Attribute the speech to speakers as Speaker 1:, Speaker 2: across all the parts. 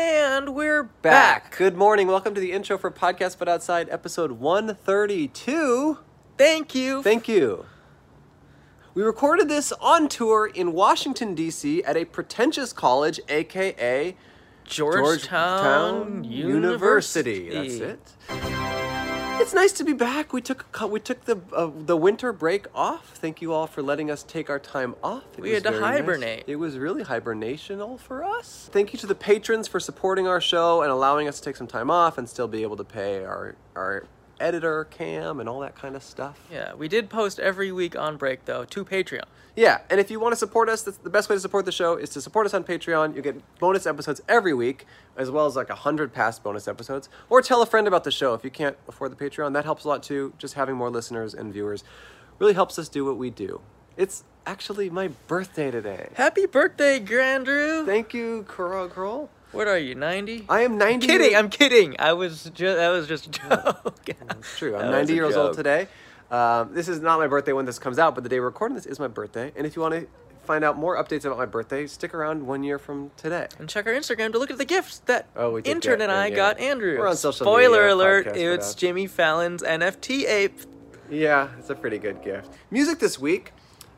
Speaker 1: And we're back.
Speaker 2: Good morning. Welcome to the intro for Podcast But Outside, episode 132.
Speaker 1: Thank you.
Speaker 2: Thank you. We recorded this on tour in Washington, D.C. at a pretentious college, aka
Speaker 1: Georgetown, University.
Speaker 2: That's it. It's nice to be back. We took a cou- we took the uh, the winter break off. Thank you all for letting us take our time off. It
Speaker 1: We
Speaker 2: was
Speaker 1: had to
Speaker 2: very nice.
Speaker 1: hibernate.
Speaker 2: It was really hibernational for us. Thank you to the patrons for supporting our show and allowing us to take some time off and still be able to pay our our editor cam and all that kind of stuff.
Speaker 1: Yeah, we did post every week on break though to Patreon.
Speaker 2: Yeah, and if you want to support us, that's the best way to support the show is to support us on Patreon. You get bonus episodes every week, as well as like a hundred past bonus episodes. Or tell a friend about the show if you can't afford the Patreon. That helps a lot too. Just having more listeners and viewers really helps us do what we do. It's actually my birthday today.
Speaker 1: Happy birthday, Grandrew.
Speaker 2: Thank you, Carl Kroll.
Speaker 1: what are you, 90?
Speaker 2: I am ninety.
Speaker 1: kidding.
Speaker 2: years-
Speaker 1: I'm kidding. I was just that was just a joke.
Speaker 2: It's true.
Speaker 1: That
Speaker 2: I'm
Speaker 1: was
Speaker 2: 90
Speaker 1: a
Speaker 2: years old
Speaker 1: joke.
Speaker 2: today. Um, this is not my birthday when this comes out, but the day we're recording this is my birthday. And if you want to find out more updates about my birthday, stick around one year from today.
Speaker 1: And check our Instagram to look at the gifts that
Speaker 2: Oh, we did
Speaker 1: intern
Speaker 2: get
Speaker 1: and
Speaker 2: one,
Speaker 1: I
Speaker 2: yeah.
Speaker 1: got Andrew.
Speaker 2: We're on social
Speaker 1: Spoiler
Speaker 2: media,
Speaker 1: alert,
Speaker 2: podcast for
Speaker 1: it's
Speaker 2: that.
Speaker 1: Jimmy Fallon's NFT ape.
Speaker 2: Yeah, it's a pretty good gift. Music this week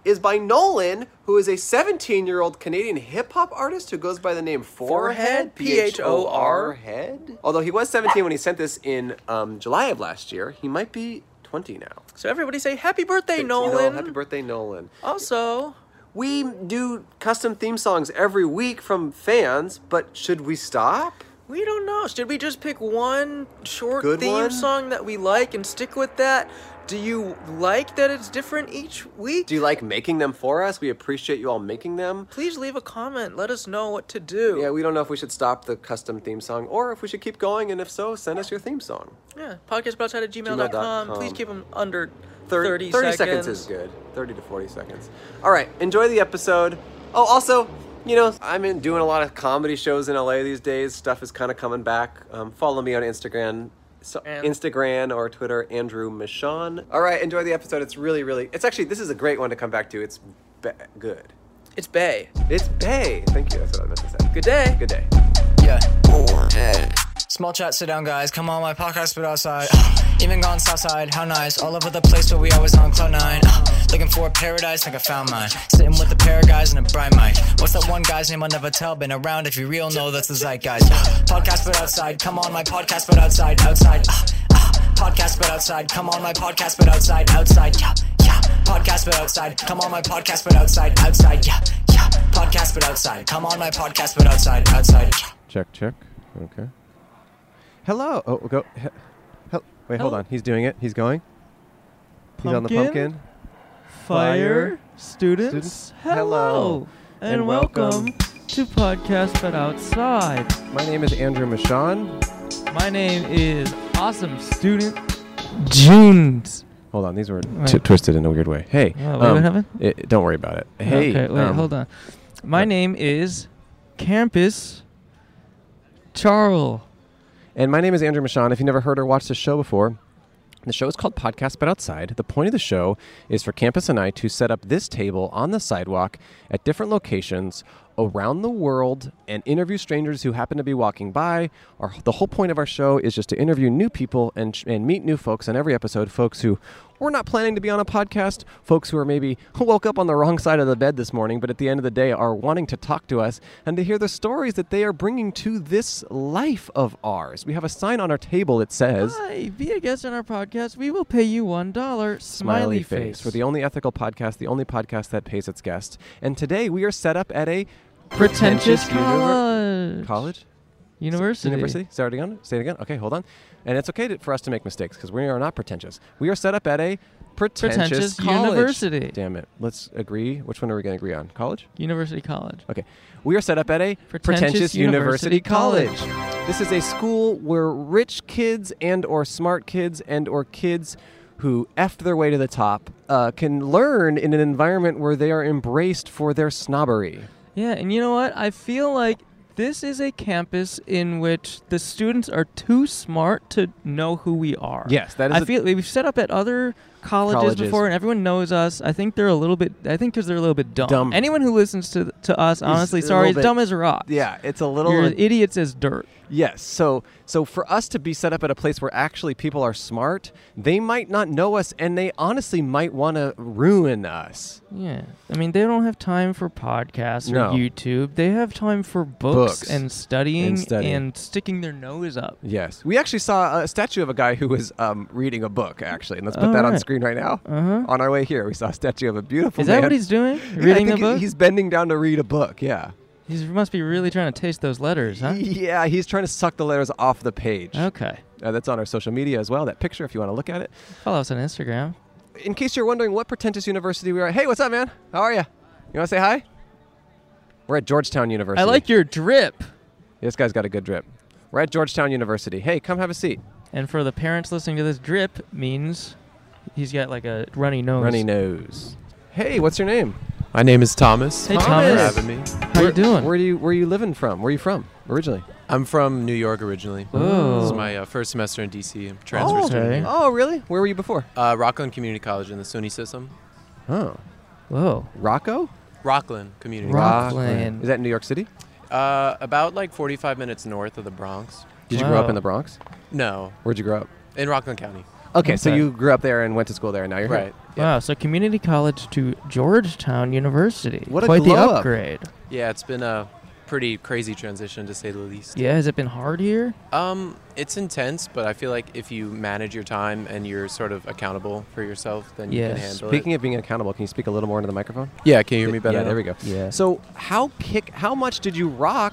Speaker 2: is by Nolan, who is a 17 year old Canadian hip hop artist who goes by the name Forehead.
Speaker 1: Forehead, P-H-O-R.
Speaker 2: Head. Although he was 17 when he sent this in um, July of last year, he might be 20 now.
Speaker 1: So everybody say happy birthday,
Speaker 2: Thank you, Noel.
Speaker 1: Nolan.
Speaker 2: Happy birthday, Nolan.
Speaker 1: Also,
Speaker 2: We do custom theme songs every week from fans, but should we stop?
Speaker 1: we don't know. Should we just pick one short
Speaker 2: Good
Speaker 1: theme
Speaker 2: one?
Speaker 1: song that we like and stick with that? Do you like that it's different each week?
Speaker 2: Do you like making them for us? We appreciate you all making them.
Speaker 1: Please leave a comment. Let us know what to do.
Speaker 2: Yeah, we don't know if we should stop the custom theme song or if we should keep going, and if so, send us your theme song.
Speaker 1: yeah. Podcastboutside at gmail.com.
Speaker 2: gmail.com.
Speaker 1: Please keep them under
Speaker 2: Thir-
Speaker 1: 30,
Speaker 2: seconds. is good. 30 to 40 seconds. All right, enjoy the episode. Oh, also, you know, I'm in doing a lot of comedy shows in LA these days. Stuff is kind of coming back. Um, follow me on Instagram. So,
Speaker 1: And-
Speaker 2: Instagram or Twitter, Andrew Michon. All right, enjoy the episode. It's really, really, it's actually, this is a great one to come back to. It's ba- good.
Speaker 1: It's Bay.
Speaker 2: It's Bay. Thank you. That's what I meant to say.
Speaker 1: Good day.
Speaker 2: Good day.
Speaker 3: Yeah. Small chat, sit down, guys. Come on, my podcast, but outside. Even gone south side, how nice. All over the place, but we always on cloud nine. Looking for a paradise, like I found mine. Sitting with a pair of guys and a bright mic. What's that one guy's name I'll never tell? Been around if you real know that's the zeitgeist. Podcast, but outside. Come on, my podcast, but outside, outside. Podcast, but outside. Come on, my podcast, but outside, outside. Yeah, yeah. Podcast, but outside. Come on, my podcast, but outside, outside. Yeah, yeah. Podcast, but outside. Come on, my podcast, but outside, outside. Yeah.
Speaker 2: Check, check. Okay. Hello. Oh, go. He, hel- wait, hold
Speaker 4: Hello.
Speaker 2: on. He's doing it. He's going. He's on the
Speaker 4: Pumpkin.
Speaker 2: pumpkin. Fire
Speaker 4: Fire students,
Speaker 2: students, hello,
Speaker 4: hello, and,
Speaker 2: and welcome
Speaker 4: welcome, to podcast but outside
Speaker 2: My name is Andrew Michon.
Speaker 4: my name is awesome student junes
Speaker 2: Hold on. These were t-
Speaker 4: Right.
Speaker 2: twisted in a weird way. Hey.
Speaker 4: Oh, wait, what happened?
Speaker 2: it- don't worry about it. Hey.
Speaker 4: okay wait
Speaker 2: um,
Speaker 4: hold on my
Speaker 2: uh,
Speaker 4: name is campus charles
Speaker 2: And my name is Andrew Michon. If you never heard or watched the show before, the show is called Podcast But Outside. The point of the show is for Campus and I to set up this table on the sidewalk at different locations around the world and interview strangers who happen to be walking by. Our, the whole point of our show is just to interview new people and, sh- and meet new folks on every episode, folks who were not planning to be on a podcast, folks who are maybe woke up on the wrong side of the bed this morning, but at the end of the day are wanting to talk to us and to hear the stories that they are bringing to this life of ours. We have a sign on our table that says
Speaker 4: hi be a guest on our podcast we will pay you one dollar
Speaker 2: Smiley Face. We're the only ethical podcast, the only podcast that pays its guests. And today we are set up at a pretentious
Speaker 4: pretentious,
Speaker 2: univer-
Speaker 4: college
Speaker 2: college
Speaker 4: university
Speaker 2: university. Say it again. Say it again. Okay, hold on. And it's okay to, for us to make mistakes because we are not pretentious. We are set up at a pretentious,
Speaker 4: Pretentious
Speaker 2: college.
Speaker 4: university.
Speaker 2: Damn it. Let's agree. Which one are we going to agree on? College.
Speaker 4: university college
Speaker 2: Okay. We are set up at a pretentious,
Speaker 4: Pretentious
Speaker 2: university
Speaker 4: university
Speaker 2: college.
Speaker 4: college.
Speaker 2: This is a school where rich kids and or smart kids and or kids who effed their way to the top uh, can learn in an environment where they are embraced for their snobbery.
Speaker 4: Yeah, and you know what? I feel like this is a campus in which the students are too smart to know who we are.
Speaker 2: Yes, that is
Speaker 4: I
Speaker 2: a-
Speaker 4: feel we've set up at other colleges,
Speaker 2: Colleges.
Speaker 4: before, and everyone knows us. I think they're a little bit. I think because they're a little bit dumb.
Speaker 2: Dumb.
Speaker 4: Anyone who listens to to us, honestly,
Speaker 2: a
Speaker 4: sorry,
Speaker 2: little bit-
Speaker 4: dumb as rocks.
Speaker 2: Yeah, it's a little.
Speaker 4: you're idiots as dirt.
Speaker 2: Yes. So so for us to be set up at a place where actually people are smart, they might not know us and they honestly might want to ruin us.
Speaker 4: Yeah, I mean they don't have time for podcasts or
Speaker 2: No.
Speaker 4: YouTube. They have time for books,
Speaker 2: Books.
Speaker 4: and studying
Speaker 2: And studying.
Speaker 4: sticking their nose up.
Speaker 2: Yes. We actually saw a statue of a guy who was um, reading a book actually, and let's put
Speaker 4: All
Speaker 2: that on
Speaker 4: right.
Speaker 2: screen right now.
Speaker 4: Uh-huh.
Speaker 2: On our way here, we saw a statue of a beautiful
Speaker 4: Is that
Speaker 2: man.
Speaker 4: what he's doing?
Speaker 2: Yeah, I
Speaker 4: Reading a
Speaker 2: think he-
Speaker 4: book?
Speaker 2: He's bending down to read a book. Yeah.
Speaker 4: He must be really trying to taste those letters, huh?
Speaker 2: Yeah, he's trying to suck the letters off the page.
Speaker 4: Okay.
Speaker 2: Uh, that's on our social media as well. That picture, if you want to look at it.
Speaker 4: Follow us on Instagram.
Speaker 2: In case you're wondering what pretentious university we are at, hey, what's up, man? How are you? You want to say hi? We're at Georgetown University.
Speaker 4: I like your drip.
Speaker 2: This guy's got a good drip. We're at Georgetown University. Hey, come have a seat.
Speaker 4: And for the parents listening to this, drip means he's got like a runny nose.
Speaker 2: Runny nose. Hey, what's your name?
Speaker 5: My name is Thomas.
Speaker 4: Hey,
Speaker 5: Thanks
Speaker 4: Thomas.
Speaker 5: for having me.
Speaker 4: How you doing?
Speaker 2: Where do you Where are you living from? Where are you from originally?
Speaker 5: I'm from New York originally.
Speaker 4: Oh.
Speaker 5: This is my uh, first semester in DC. I'm transferred
Speaker 2: oh,
Speaker 4: okay.
Speaker 5: to
Speaker 2: oh, really? Where were you before?
Speaker 5: uh, Rockland Community College in the SUNY system.
Speaker 2: Oh,
Speaker 4: Whoa.
Speaker 2: Rocco.
Speaker 5: Rockland Community.
Speaker 4: Rock-
Speaker 5: College.
Speaker 4: Rockland.
Speaker 2: Is that in New York City?
Speaker 5: uh, about like 45 minutes north of the Bronx.
Speaker 2: Did you grow up
Speaker 4: Wow.
Speaker 2: in the Bronx?
Speaker 5: No,
Speaker 2: Where'd you grow up?
Speaker 5: in Rockland County.
Speaker 2: Okay, so
Speaker 4: Okay.
Speaker 2: you grew up there and went to school there, and now you're here.
Speaker 5: Right. Yeah.
Speaker 4: Wow. So community college to Georgetown University.
Speaker 2: What a
Speaker 4: Quite the
Speaker 2: glow up.
Speaker 4: upgrade.
Speaker 5: Yeah, it's been a pretty crazy transition to say the least.
Speaker 4: Yeah. Has it been hard here?
Speaker 5: Um, it's intense, but I feel like if you manage your time and you're sort of accountable for yourself, then you
Speaker 4: Yes.
Speaker 5: can handle
Speaker 2: Speaking of being accountable, can you speak a little more into the microphone?
Speaker 5: it. Yeah, can you hear me better?
Speaker 2: Yeah,
Speaker 5: now?
Speaker 2: there we go.
Speaker 4: Yeah.
Speaker 2: So how kick? How much did you rock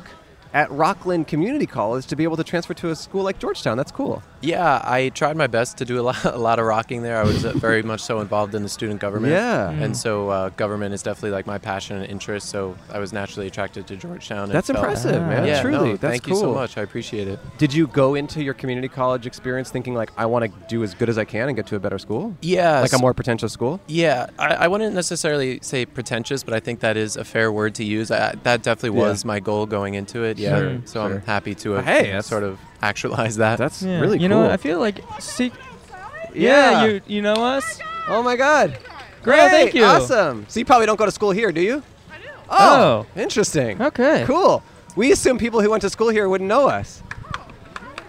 Speaker 2: at Rockland Community College to be able to transfer to a school like Georgetown? That's cool.
Speaker 5: Yeah, I tried my best to do a lot, a lot of rocking there. I was uh, very much so involved in the student government.
Speaker 2: Yeah. Mm.
Speaker 5: And so uh, government is definitely like my passion and interest. So I was naturally attracted to Georgetown. and
Speaker 2: That's
Speaker 5: felt-
Speaker 2: impressive,
Speaker 4: Ah.
Speaker 2: man.
Speaker 5: Yeah,
Speaker 2: Truly,
Speaker 5: no,
Speaker 2: that's
Speaker 5: thank
Speaker 2: cool.
Speaker 5: you so much. I appreciate it.
Speaker 2: Did you go into your community college experience thinking like I want to do as good as I can and get to a better school?
Speaker 5: Yeah.
Speaker 2: Like a more potential school?
Speaker 5: Yeah, I, I wouldn't necessarily say pretentious, but I think that is a fair word to use. I, that definitely
Speaker 2: Yeah.
Speaker 5: was my goal going into it. Yeah.
Speaker 4: Sure,
Speaker 5: so
Speaker 2: sure.
Speaker 5: I'm happy to have
Speaker 2: Hey, that's-
Speaker 5: sort of actualized that.
Speaker 2: That's
Speaker 4: Yeah.
Speaker 2: really
Speaker 4: You
Speaker 2: cool.
Speaker 4: know what? I feel like seek.
Speaker 2: Yeah.
Speaker 4: You you know us.
Speaker 2: oh my god. Great.
Speaker 4: Yeah, thank you.
Speaker 2: Awesome. So you probably don't go to school here, do you? I do. Oh, interesting.
Speaker 4: Okay.
Speaker 2: Cool. We assume people who went to school here wouldn't know us.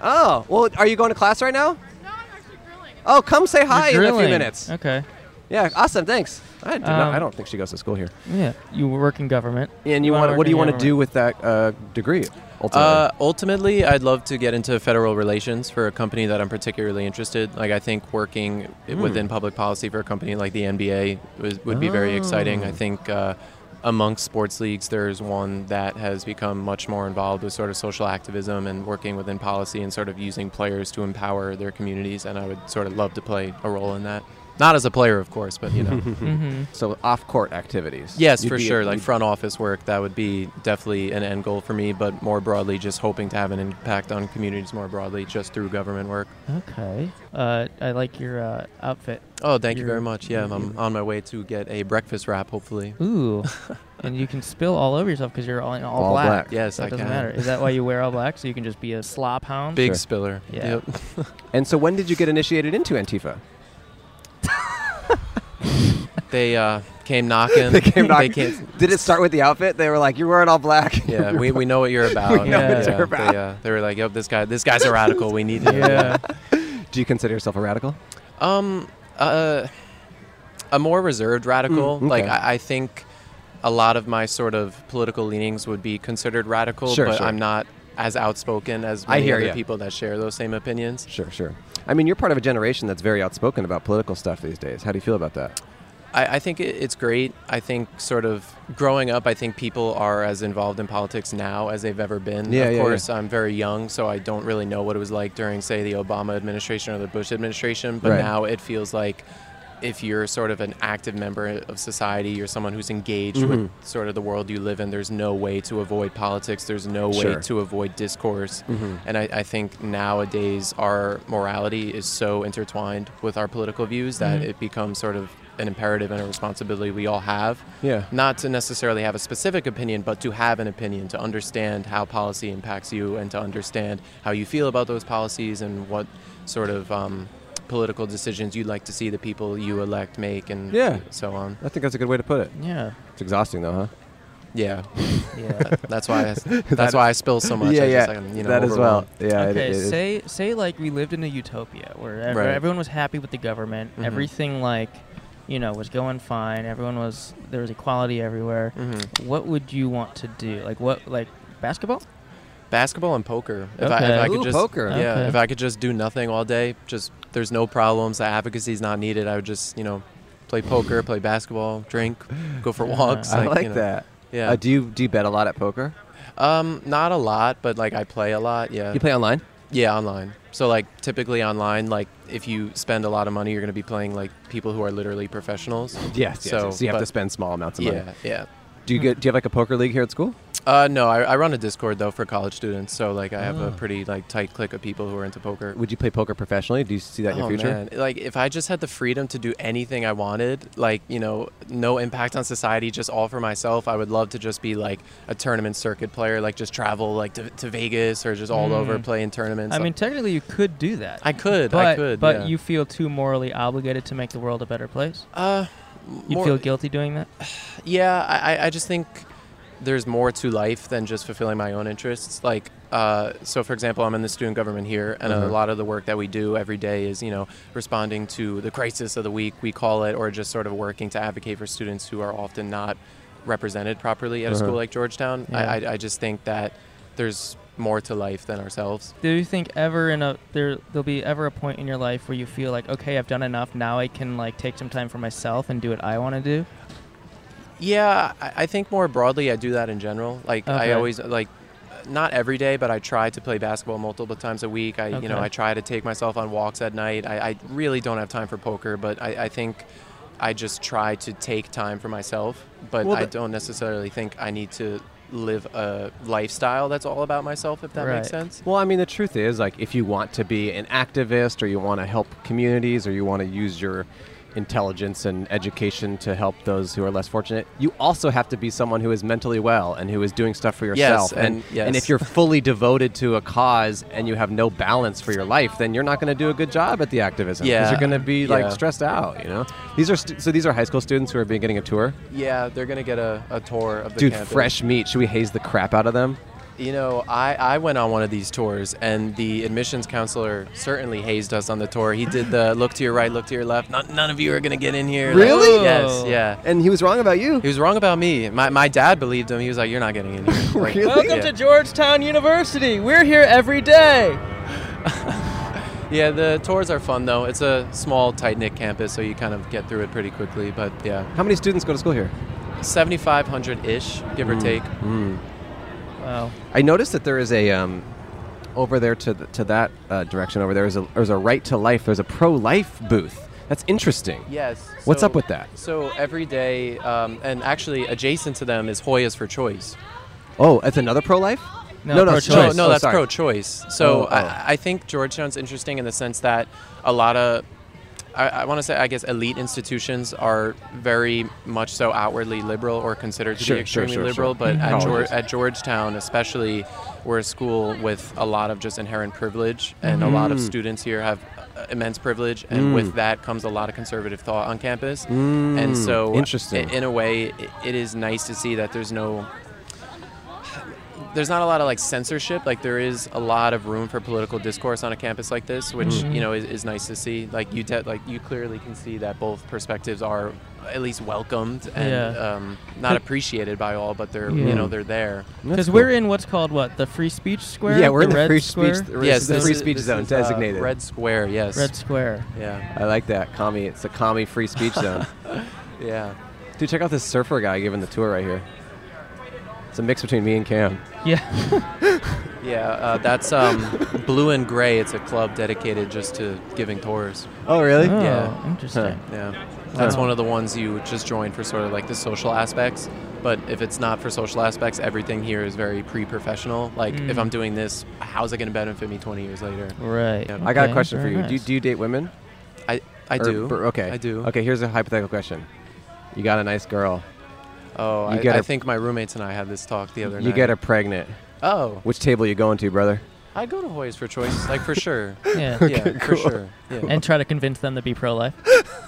Speaker 2: Oh, well, are you going to class right now?
Speaker 6: No, I'm actually grilling.
Speaker 2: Oh, come say hi
Speaker 4: You're
Speaker 2: in a few
Speaker 4: grilling.
Speaker 2: minutes.
Speaker 4: Okay.
Speaker 2: Yeah, awesome. Thanks. I, did not,
Speaker 4: Um,
Speaker 2: I don't think she goes to school here.
Speaker 4: Yeah. You work in government.
Speaker 2: And you want?
Speaker 4: work
Speaker 2: What do
Speaker 4: in
Speaker 2: you want to
Speaker 4: government.
Speaker 2: do with that uh, degree? Ultimately.
Speaker 5: Uh, ultimately, I'd love to get into federal relations for a company that I'm particularly interested. Like, I think working i-
Speaker 2: Hmm.
Speaker 5: within public policy for a company like the NBA was, would be very exciting.
Speaker 2: Oh.
Speaker 5: I think uh, amongst sports leagues, there's one that has become much more involved with sort of social activism and working within policy and sort of using players to empower their communities. And I would sort of love to play a role in that. Not as a player, of course, but you know.
Speaker 2: so off-court activities.
Speaker 5: Yes,
Speaker 2: You'd
Speaker 5: for
Speaker 2: be-
Speaker 5: sure. Like
Speaker 2: you'd-
Speaker 5: front office work, that would be definitely an end goal for me. But more broadly, just hoping to have an impact on communities more broadly, just through government work.
Speaker 4: Okay. Uh, I like your uh, outfit.
Speaker 5: Oh, thank you
Speaker 4: You're-
Speaker 5: very much. Yeah, I'm on my way to get a breakfast wrap, hopefully.
Speaker 4: Ooh. and you can spill all over yourself because you're all in all,
Speaker 2: All black.
Speaker 5: Yes,
Speaker 4: So
Speaker 5: I
Speaker 4: it doesn't
Speaker 5: can.
Speaker 4: matter. Is that why you wear all black? So you can just be a slop hound?
Speaker 5: Big
Speaker 2: Sure.
Speaker 5: spiller.
Speaker 4: Yeah.
Speaker 5: Yep.
Speaker 2: And so, when did you get initiated into Antifa?
Speaker 5: They uh, came knocking.
Speaker 2: They came knocking.
Speaker 5: came-
Speaker 2: Did it start with the outfit? They were like, "You're wearing all black."
Speaker 5: yeah, we, we know what you're about.
Speaker 4: We know what you're
Speaker 2: about.
Speaker 5: They, uh, they were like, "Yep, this guy, this guy's a radical. We need him."
Speaker 4: Yeah.
Speaker 2: Do you consider yourself a radical?
Speaker 5: Um, uh, a more reserved radical.
Speaker 2: Mm, okay.
Speaker 5: Like I, I think a lot of my sort of political leanings would be considered radical,
Speaker 2: Sure,
Speaker 5: but
Speaker 2: sure.
Speaker 5: I'm not as outspoken as
Speaker 2: I
Speaker 5: many
Speaker 2: hear
Speaker 5: other
Speaker 2: ya.
Speaker 5: people that share those same opinions.
Speaker 2: Sure, sure. I mean, you're part of a generation that's very outspoken about political stuff these days. How do you feel about that?
Speaker 5: I, I think it, it's great. I think sort of growing up, I think people are as involved in politics now as they've ever been.
Speaker 2: Yeah,
Speaker 5: of
Speaker 2: yeah,
Speaker 5: course, I'm very young, so I don't really know what it was like during, say, the Obama administration or the Bush administration. But
Speaker 2: Right.
Speaker 5: now it feels like if you're sort of an active member of society, you're someone who's engaged with
Speaker 2: Mm-hmm.
Speaker 5: sort of the world you live in. There's no way to avoid politics. There's no way
Speaker 2: Sure. Mm-hmm.
Speaker 5: to avoid discourse. And I, I think nowadays our morality is so intertwined with our political views
Speaker 2: Mm-hmm.
Speaker 5: that it becomes sort of an imperative and a responsibility we all have.
Speaker 2: Yeah.
Speaker 5: Not to necessarily have a specific opinion, but to have an opinion, to understand how policy impacts you and to understand how you feel about those policies and what sort of um, political decisions you'd like to see the people you elect make and
Speaker 2: Yeah.
Speaker 5: so on.
Speaker 2: I think that's a good way to put it.
Speaker 4: Yeah.
Speaker 2: It's exhausting, though, huh?
Speaker 5: Yeah,
Speaker 4: Yeah.
Speaker 5: that's why I, that's why I spill so much. I just, like, you know,
Speaker 2: that as well.
Speaker 5: overwhelmed.
Speaker 2: Yeah. it-
Speaker 4: okay,
Speaker 2: it- it-
Speaker 4: say say like we lived in a utopia where ev-
Speaker 5: Right.
Speaker 4: everyone was happy with the government,
Speaker 5: Mhm.
Speaker 4: everything like, you know, was going fine. Everyone was there was equality everywhere.
Speaker 5: Mhm.
Speaker 4: What would you want to do? Like what like basketball?
Speaker 5: Basketball and poker. If I,
Speaker 4: Okay.
Speaker 5: if I could
Speaker 2: Ooh,
Speaker 5: just
Speaker 2: poker.
Speaker 5: yeah,
Speaker 4: Okay.
Speaker 5: if I could just do nothing all day, just there's no problems. The advocacy is not needed. I would just you know play poker, play basketball, drink, go for walks.
Speaker 2: I like
Speaker 5: you know.
Speaker 2: that.
Speaker 5: Yeah.
Speaker 2: Uh, do you do you bet a lot at poker?
Speaker 5: Um, not a lot, but like I play a lot. Yeah.
Speaker 2: You play online?
Speaker 5: Yeah, online. So like typically online, like if you spend a lot of money, you're going to be playing like people who are literally professionals.
Speaker 2: Yes.
Speaker 5: So,
Speaker 2: So, you have
Speaker 5: but-
Speaker 2: to spend small amounts of money.
Speaker 5: Yeah, yeah.
Speaker 2: Do you get? Do you have like a poker league here at school?
Speaker 5: Uh, no, I, I run a Discord though for college students, so like I have
Speaker 2: Oh.
Speaker 5: a pretty like tight clique of people who are into poker.
Speaker 2: Would you play poker professionally? Do you see that in your
Speaker 5: Oh,
Speaker 2: future?
Speaker 5: man. Like if I just had the freedom to do anything I wanted, like, you know, no impact on society, just all for myself, I would love to just be like a tournament circuit player, like just travel like to, to Vegas or just all
Speaker 4: Mm.
Speaker 5: over play in tournaments.
Speaker 4: I mean, technically you could do that.
Speaker 5: I could,
Speaker 4: but
Speaker 5: I could.
Speaker 4: but
Speaker 5: yeah.
Speaker 4: you feel too morally obligated to make the world a better place.
Speaker 5: uh
Speaker 4: You
Speaker 5: more-
Speaker 4: feel guilty doing that?
Speaker 5: yeah I, I- I just think there's more to life than just fulfilling my own interests like uh, so for example i'm in the student government here and a
Speaker 2: Mhm.
Speaker 5: lot of the work that we do every day is you know responding to the crisis of the week we call it or just sort of working to advocate for students who are often not represented properly at a
Speaker 2: Uh-huh.
Speaker 5: school like georgetown
Speaker 4: Yeah.
Speaker 5: I, I, I just think that there's more to life than ourselves
Speaker 4: Do you think ever in a there there'll be ever a point in your life where you feel like okay I've done enough now I can like take some time for myself and do what I want to do?
Speaker 5: Yeah, I, I think more broadly, I do that in general. Like
Speaker 4: Okay.
Speaker 5: I always like, not every day, but I try to play basketball multiple times a week. I you know
Speaker 4: Okay.
Speaker 5: I try to take myself on walks at night. I, I really don't have time for poker, but I, I think I just try to take time for myself. But
Speaker 2: Well,
Speaker 5: I
Speaker 2: the-
Speaker 5: don't necessarily think I need to live a lifestyle that's all about myself. If that makes
Speaker 4: Right.
Speaker 5: sense.
Speaker 2: Well, I mean, the truth is, like, if you want to be an activist or you want to help communities or you want to use your intelligence and education to help those who are less fortunate, you also have to be someone who is mentally well and who is doing stuff for yourself.
Speaker 5: and- yes.
Speaker 2: and if you're fully devoted to a cause and you have no balance for your life, then you're not going to do a good job at the activism. 'cause
Speaker 5: Yeah.
Speaker 2: you're going to be like
Speaker 5: Yeah.
Speaker 2: stressed out. You know, these are stu- so these are high school students who are being getting a tour.
Speaker 5: Yeah, they're gonna get a, a tour of the
Speaker 2: Dude,
Speaker 5: campus.
Speaker 2: fresh meat. Should we haze the crap out of them?
Speaker 5: You know, I, I went on one of these tours, and the admissions counselor certainly hazed us on the tour. He did the look to your right, look to your left. Not, none of you are going to get in here. Like,
Speaker 2: Really? Oh.
Speaker 5: yes, yeah.
Speaker 2: And he was wrong about you.
Speaker 5: He was wrong about me. My, my dad believed him. He was like, You're not getting in here. Like,
Speaker 2: Really?
Speaker 4: Welcome to
Speaker 5: yeah.
Speaker 4: Georgetown University. We're here every day.
Speaker 5: yeah, the tours are fun, though. It's a small, tight knit campus, so you kind of get through it pretty quickly. But yeah,
Speaker 2: How many students go to school here?
Speaker 5: 7,500 ish, give
Speaker 2: Mm.
Speaker 5: or take.
Speaker 4: Wow.
Speaker 2: I noticed that there is a um, over there to the, to that uh, direction over there is a there's a right to life. There's a pro life booth. That's interesting.
Speaker 5: Yes.
Speaker 2: What's
Speaker 5: so-
Speaker 2: up with that?
Speaker 5: So every day, um, and actually adjacent to them is Hoyas for Choice.
Speaker 2: Oh, it's another pro life.
Speaker 4: No,
Speaker 2: it's
Speaker 4: pro-choice.
Speaker 2: choice.
Speaker 5: No, no,
Speaker 2: Oh,
Speaker 5: that's
Speaker 2: sorry.
Speaker 5: pro-choice. So
Speaker 2: Oh, oh.
Speaker 5: I, I think Georgetown's interesting in the sense that a lot of, I, I want to say, I guess, elite institutions are very much so outwardly liberal or considered to
Speaker 2: Sure,
Speaker 5: be
Speaker 2: sure,
Speaker 5: extremely
Speaker 2: sure,
Speaker 5: liberal.
Speaker 2: sure.
Speaker 5: But at, Geor-
Speaker 2: Colleges.
Speaker 5: at Georgetown, especially, we're a school with a lot of just inherent privilege, and a lot of
Speaker 2: Mm.
Speaker 5: students here have uh, immense privilege, and with that comes a lot of conservative thought on campus. And so,
Speaker 2: Mm. interesting.
Speaker 5: i- in a way, i- it is nice to see that there's no there's not a lot of like censorship. Like there is a lot of room for political discourse on a campus like this, which
Speaker 4: Mm-hmm.
Speaker 5: you know is, is nice to see. Like you de- like you clearly can see that both perspectives are at least welcomed and
Speaker 4: Yeah.
Speaker 5: um, not appreciated by all, but they're
Speaker 4: Yeah.
Speaker 5: you know they're there.
Speaker 2: That's
Speaker 4: Because
Speaker 2: cool.
Speaker 4: we're in what's called what the free speech square.
Speaker 2: yeah we're in the
Speaker 4: red
Speaker 2: free
Speaker 4: square?
Speaker 2: speech th-
Speaker 5: yes,
Speaker 2: the
Speaker 5: this
Speaker 2: free
Speaker 5: is-
Speaker 2: speech
Speaker 5: this
Speaker 2: zone
Speaker 5: is, uh,
Speaker 2: designated.
Speaker 5: Red Square. Yes.
Speaker 4: red square.
Speaker 5: Yeah.
Speaker 2: I like that commie. It's a commie free speech zone.
Speaker 5: Yeah.
Speaker 2: Dude, check out this surfer guy giving the tour right here. It's a mix between me and Cam.
Speaker 4: Yeah.
Speaker 5: Yeah. Uh, that's um, Blue and Gray. It's a club dedicated just to giving tours.
Speaker 2: Oh, really?
Speaker 4: Oh,
Speaker 5: Yeah.
Speaker 4: Interesting.
Speaker 5: Yeah. That's
Speaker 2: Wow.
Speaker 5: one of the ones you just join for sort of like the social aspects. But if it's not for social aspects, everything here is very pre professional. Like, if
Speaker 4: Mm.
Speaker 5: I'm doing this, how's it going to benefit me 20 years later?
Speaker 4: Right.
Speaker 5: Yeah.
Speaker 2: I got a
Speaker 4: Okay,
Speaker 2: question for
Speaker 4: very
Speaker 2: you. Do, you-
Speaker 4: nice.
Speaker 2: do you date women?
Speaker 5: I, I
Speaker 2: Or-
Speaker 5: do.
Speaker 2: or- okay.
Speaker 5: I do.
Speaker 2: Okay, here's a hypothetical question. You got a nice girl.
Speaker 5: Oh,
Speaker 2: You
Speaker 5: I,
Speaker 2: get
Speaker 5: I
Speaker 2: a-
Speaker 5: think my roommates and I had this talk the other night.
Speaker 2: You get her pregnant.
Speaker 5: Oh.
Speaker 2: Which table you going to, brother?
Speaker 5: I'd go to Hoyas for choice, like for sure.
Speaker 4: Yeah.
Speaker 5: yeah, for sure. Yeah.
Speaker 4: And try to convince them to be pro life.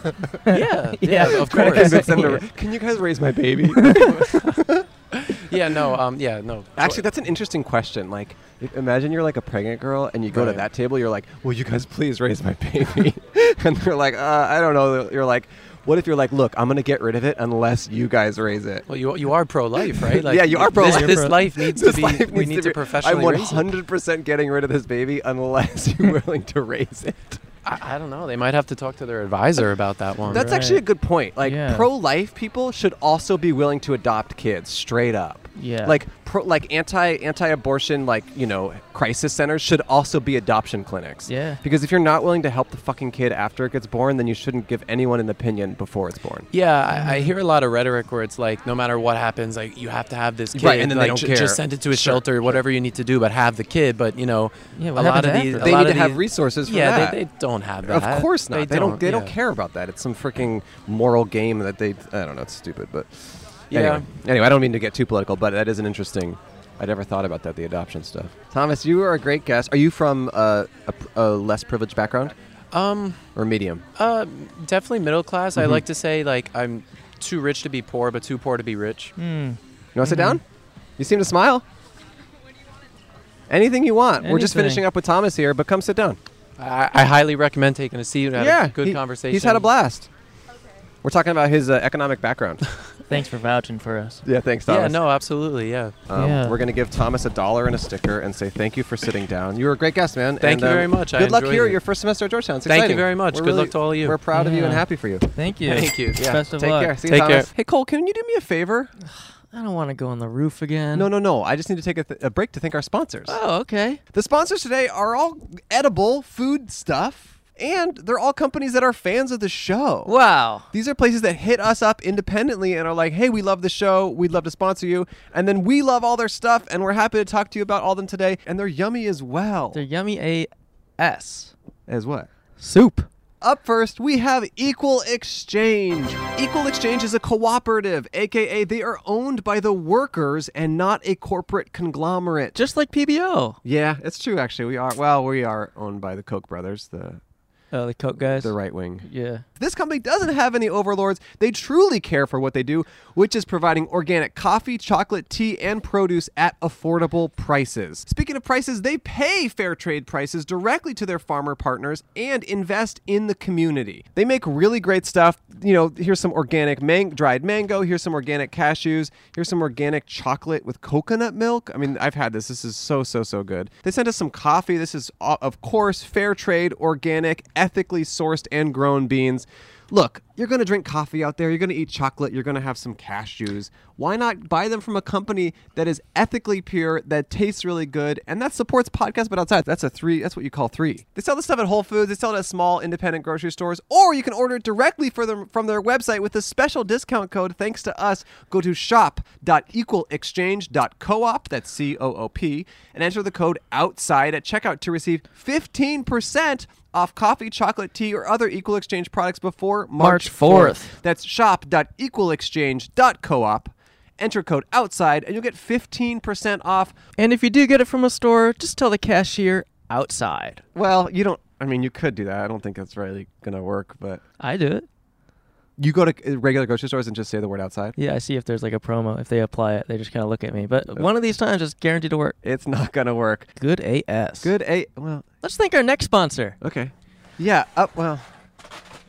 Speaker 5: yeah, yeah,
Speaker 4: Yeah.
Speaker 5: of
Speaker 2: Try to
Speaker 5: course.
Speaker 2: convince them to- Can you guys raise my baby?
Speaker 5: yeah, no, um, yeah, no.
Speaker 2: Actually, that's an interesting question. Like, i- imagine you're like a pregnant girl and you go to
Speaker 5: Right.
Speaker 2: that table. You're like, "Will you guys please raise my baby?" and they're like, uh, "I don't know." You're like, "What if you're like, look, I'm gonna get rid of it unless you guys raise it."
Speaker 5: Well, you you are pro life, right?
Speaker 2: Yeah, you are
Speaker 5: this-
Speaker 2: pro-life.
Speaker 5: This,
Speaker 4: You're pro-
Speaker 5: life needs to
Speaker 2: This
Speaker 5: be.
Speaker 2: life
Speaker 5: we
Speaker 2: needs
Speaker 5: need
Speaker 2: be-
Speaker 5: to professionally
Speaker 2: I'm
Speaker 5: raise it.
Speaker 2: 100% getting rid of this baby unless you're willing to raise it.
Speaker 5: I, I don't know. They might have to talk to their advisor about that one.
Speaker 2: That's
Speaker 4: Right.
Speaker 2: actually a good point. Like
Speaker 4: Yeah.
Speaker 2: pro-life people should also be willing to adopt kids straight up.
Speaker 4: Yeah.
Speaker 2: Like pro, like anti anti-abortion like, you know, crisis centers should also be adoption clinics.
Speaker 4: Yeah.
Speaker 2: Because if you're not willing to help the fucking kid after it gets born, then you shouldn't give anyone an opinion before it's born.
Speaker 5: Yeah, I,
Speaker 4: Mm.
Speaker 5: I hear a lot of rhetoric where it's like, no matter what happens, like you have to have this kid,
Speaker 2: Right, and then they
Speaker 5: like,
Speaker 2: don't
Speaker 5: ju-
Speaker 2: care.
Speaker 5: Just send it to a
Speaker 2: Sure,
Speaker 5: shelter, whatever you need to do, but have the kid. But you know,
Speaker 4: Yeah,
Speaker 5: a
Speaker 4: what
Speaker 5: lot of
Speaker 4: happens
Speaker 5: these, a
Speaker 4: after?
Speaker 2: They
Speaker 5: lot
Speaker 2: need to
Speaker 5: of
Speaker 2: have
Speaker 5: these-
Speaker 2: resources for
Speaker 5: Yeah,
Speaker 2: that.
Speaker 5: They, they don't have that.
Speaker 2: Of course not. They, don't, They don't
Speaker 5: yeah.
Speaker 2: care about that. It's some freaking moral game that they. I don't know. It's stupid, but
Speaker 5: Yeah.
Speaker 2: Anyway, anyway, I don't mean to get too political, but that is an interesting. I never thought about that. The adoption stuff. Thomas, you are a great guest. Are you from uh, a, pr- a less privileged background
Speaker 5: Um,
Speaker 2: or medium?
Speaker 5: uh, definitely middle class. I like to say like I'm too rich to be poor, but too poor to be rich. Mm-hmm.
Speaker 4: Mm.
Speaker 2: Hmm. You want to sit down? You seem to smile. Anything you want. We're just
Speaker 4: Anything.
Speaker 2: finishing up with Thomas here, but come sit down.
Speaker 5: I, I highly recommend taking a seat and have a good
Speaker 2: he-
Speaker 5: conversation.
Speaker 2: He's had a blast. We're talking about his uh, economic background.
Speaker 4: Thanks for vouching for us.
Speaker 2: yeah, thanks, Thomas.
Speaker 5: Yeah, no, absolutely, yeah.
Speaker 2: Um,
Speaker 4: Yeah.
Speaker 2: We're going to give Thomas a dollar and a sticker and say thank you for sitting down. You were a great guest, man.
Speaker 5: Thank
Speaker 2: and, um,
Speaker 5: you very much. I
Speaker 2: Good luck
Speaker 5: enjoyed
Speaker 2: here
Speaker 5: it.
Speaker 2: at your first semester at Georgetown. It's
Speaker 5: Thank you
Speaker 2: exciting.
Speaker 5: very much. Good luck to all of you.
Speaker 2: We're proud of you and
Speaker 4: Yeah.
Speaker 2: happy for you.
Speaker 4: Thank you.
Speaker 5: Thank you.
Speaker 2: Yeah.
Speaker 4: Best of
Speaker 2: Take
Speaker 4: luck.
Speaker 2: care. See you,
Speaker 5: Take care.
Speaker 2: Thomas. Hey, Cole, can you do me a favor?
Speaker 4: I don't want to go on the roof again.
Speaker 2: No, no, no. I just need to take a, th- a break to thank our sponsors.
Speaker 4: Oh, okay.
Speaker 2: The sponsors today are all edible food stuff, and they're all companies that are fans of the show.
Speaker 4: Wow.
Speaker 2: These are places that hit us up independently and are like, hey, we love the show. We'd love to sponsor you. And then we love all their stuff and we're happy to talk to you about all them today. And they're yummy as well.
Speaker 4: They're yummy AS.
Speaker 2: as what?
Speaker 4: Soup.
Speaker 2: Up first, we have Equal Exchange. Equal Exchange is a cooperative, aka they are owned by the workers and not a corporate conglomerate.
Speaker 4: Just like
Speaker 5: Oh.
Speaker 4: PBO.
Speaker 2: yeah, it's true. Actually, we are. Well, we are owned by the Koch brothers, the
Speaker 4: Oh, the Coke guys.
Speaker 2: the right wing.
Speaker 4: Yeah.
Speaker 2: This company doesn't have any overlords. They truly care for what they do, which is providing organic coffee, chocolate, tea, and produce at affordable prices. Speaking of prices, they pay fair trade prices directly to their farmer partners and invest in the community. They make really great stuff. You know, here's some organic man- dried mango, here's some organic cashews, here's some organic chocolate with coconut milk. I mean, I've had this. This is so, so, so good. They sent us some coffee. This is, uh, of course, fair trade, organic, ethically sourced and grown beans. Look, you're going to drink coffee out there. You're going to eat chocolate. You're going to have some cashews. Why not buy them from a company that is ethically pure, that tastes really good, and that supports Podcast But Outside? That's a three. That's what you call three. They sell this stuff at Whole Foods. They sell it at small independent grocery stores, or you can order it directly for them from their website with a special discount code. Thanks to us, go to shop.equalexchange.coop. That's C O O P, and enter the code outside at checkout to receive 15% off coffee, chocolate, tea, or other Equal Exchange products before March
Speaker 4: March 4th.
Speaker 2: 4th. That's shop.equalexchange.coop. Enter code outside and you'll get 15% off.
Speaker 4: And if you do get it from a store, just tell the cashier outside.
Speaker 2: Well, you don't, I mean, you could do that. I don't think that's really going to work, but
Speaker 4: I do it.
Speaker 2: you go to uh, regular grocery stores and just say the word outside.
Speaker 4: Yeah, I see if there's like a promo. If they apply it, they just kind of look at me. But one of these times, it's guaranteed to work.
Speaker 2: Uh, It's not going to work.
Speaker 4: Good AS.
Speaker 2: Good A. Well,
Speaker 4: Let's thank our next sponsor.
Speaker 2: okay. Yeah. Up. well,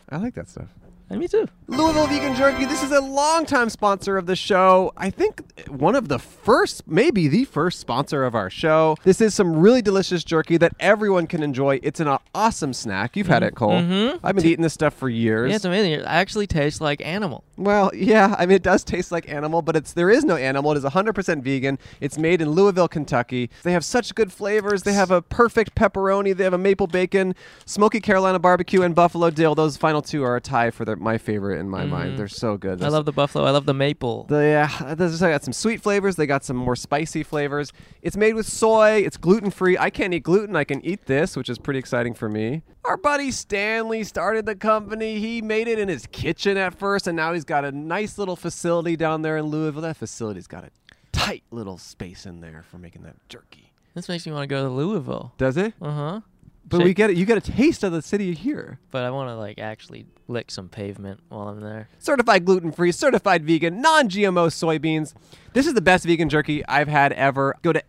Speaker 2: I like that stuff.
Speaker 4: And me too.
Speaker 2: Louisville Vegan Jerky. This is a longtime sponsor of the show. I think one of the first, maybe the first sponsor of our show. This is some really delicious jerky that everyone can enjoy. It's an uh, awesome snack. You've had it, Cole. I've been eating this stuff for years.
Speaker 4: Mm-hmm. Yeah, it's amazing. It actually tastes like animal.
Speaker 2: Well, yeah, I mean it does taste like animal, but it's there is no animal. It is 100% vegan. It's made in Louisville, Kentucky. They have such good flavors. They have a perfect pepperoni. They have a maple bacon, smoky Carolina barbecue, and buffalo dill. Those final two are a tie for their, my favorite in my mind. They're so good.
Speaker 4: Mm-hmm. I love the buffalo. I love the maple.
Speaker 2: The, yeah, this is- I got some sweet flavors. They got some more spicy flavors. It's made with soy. It's gluten free. I can't eat gluten. I can eat this, which is pretty exciting for me. Our buddy Stanley started the company. He made it in his kitchen at first, and now he's got a nice little facility down there in Louisville. That facility's got a tight little space in there for making that jerky.
Speaker 4: This makes me want to go to Louisville.
Speaker 6: Does it?
Speaker 4: Uh huh.
Speaker 6: But we get it. You get a taste of the city here.
Speaker 4: But I want to like actually lick some pavement while I'm there.
Speaker 2: certified gluten free, certified vegan, non GMO soybeans. This is the best vegan jerky I've had ever. Go to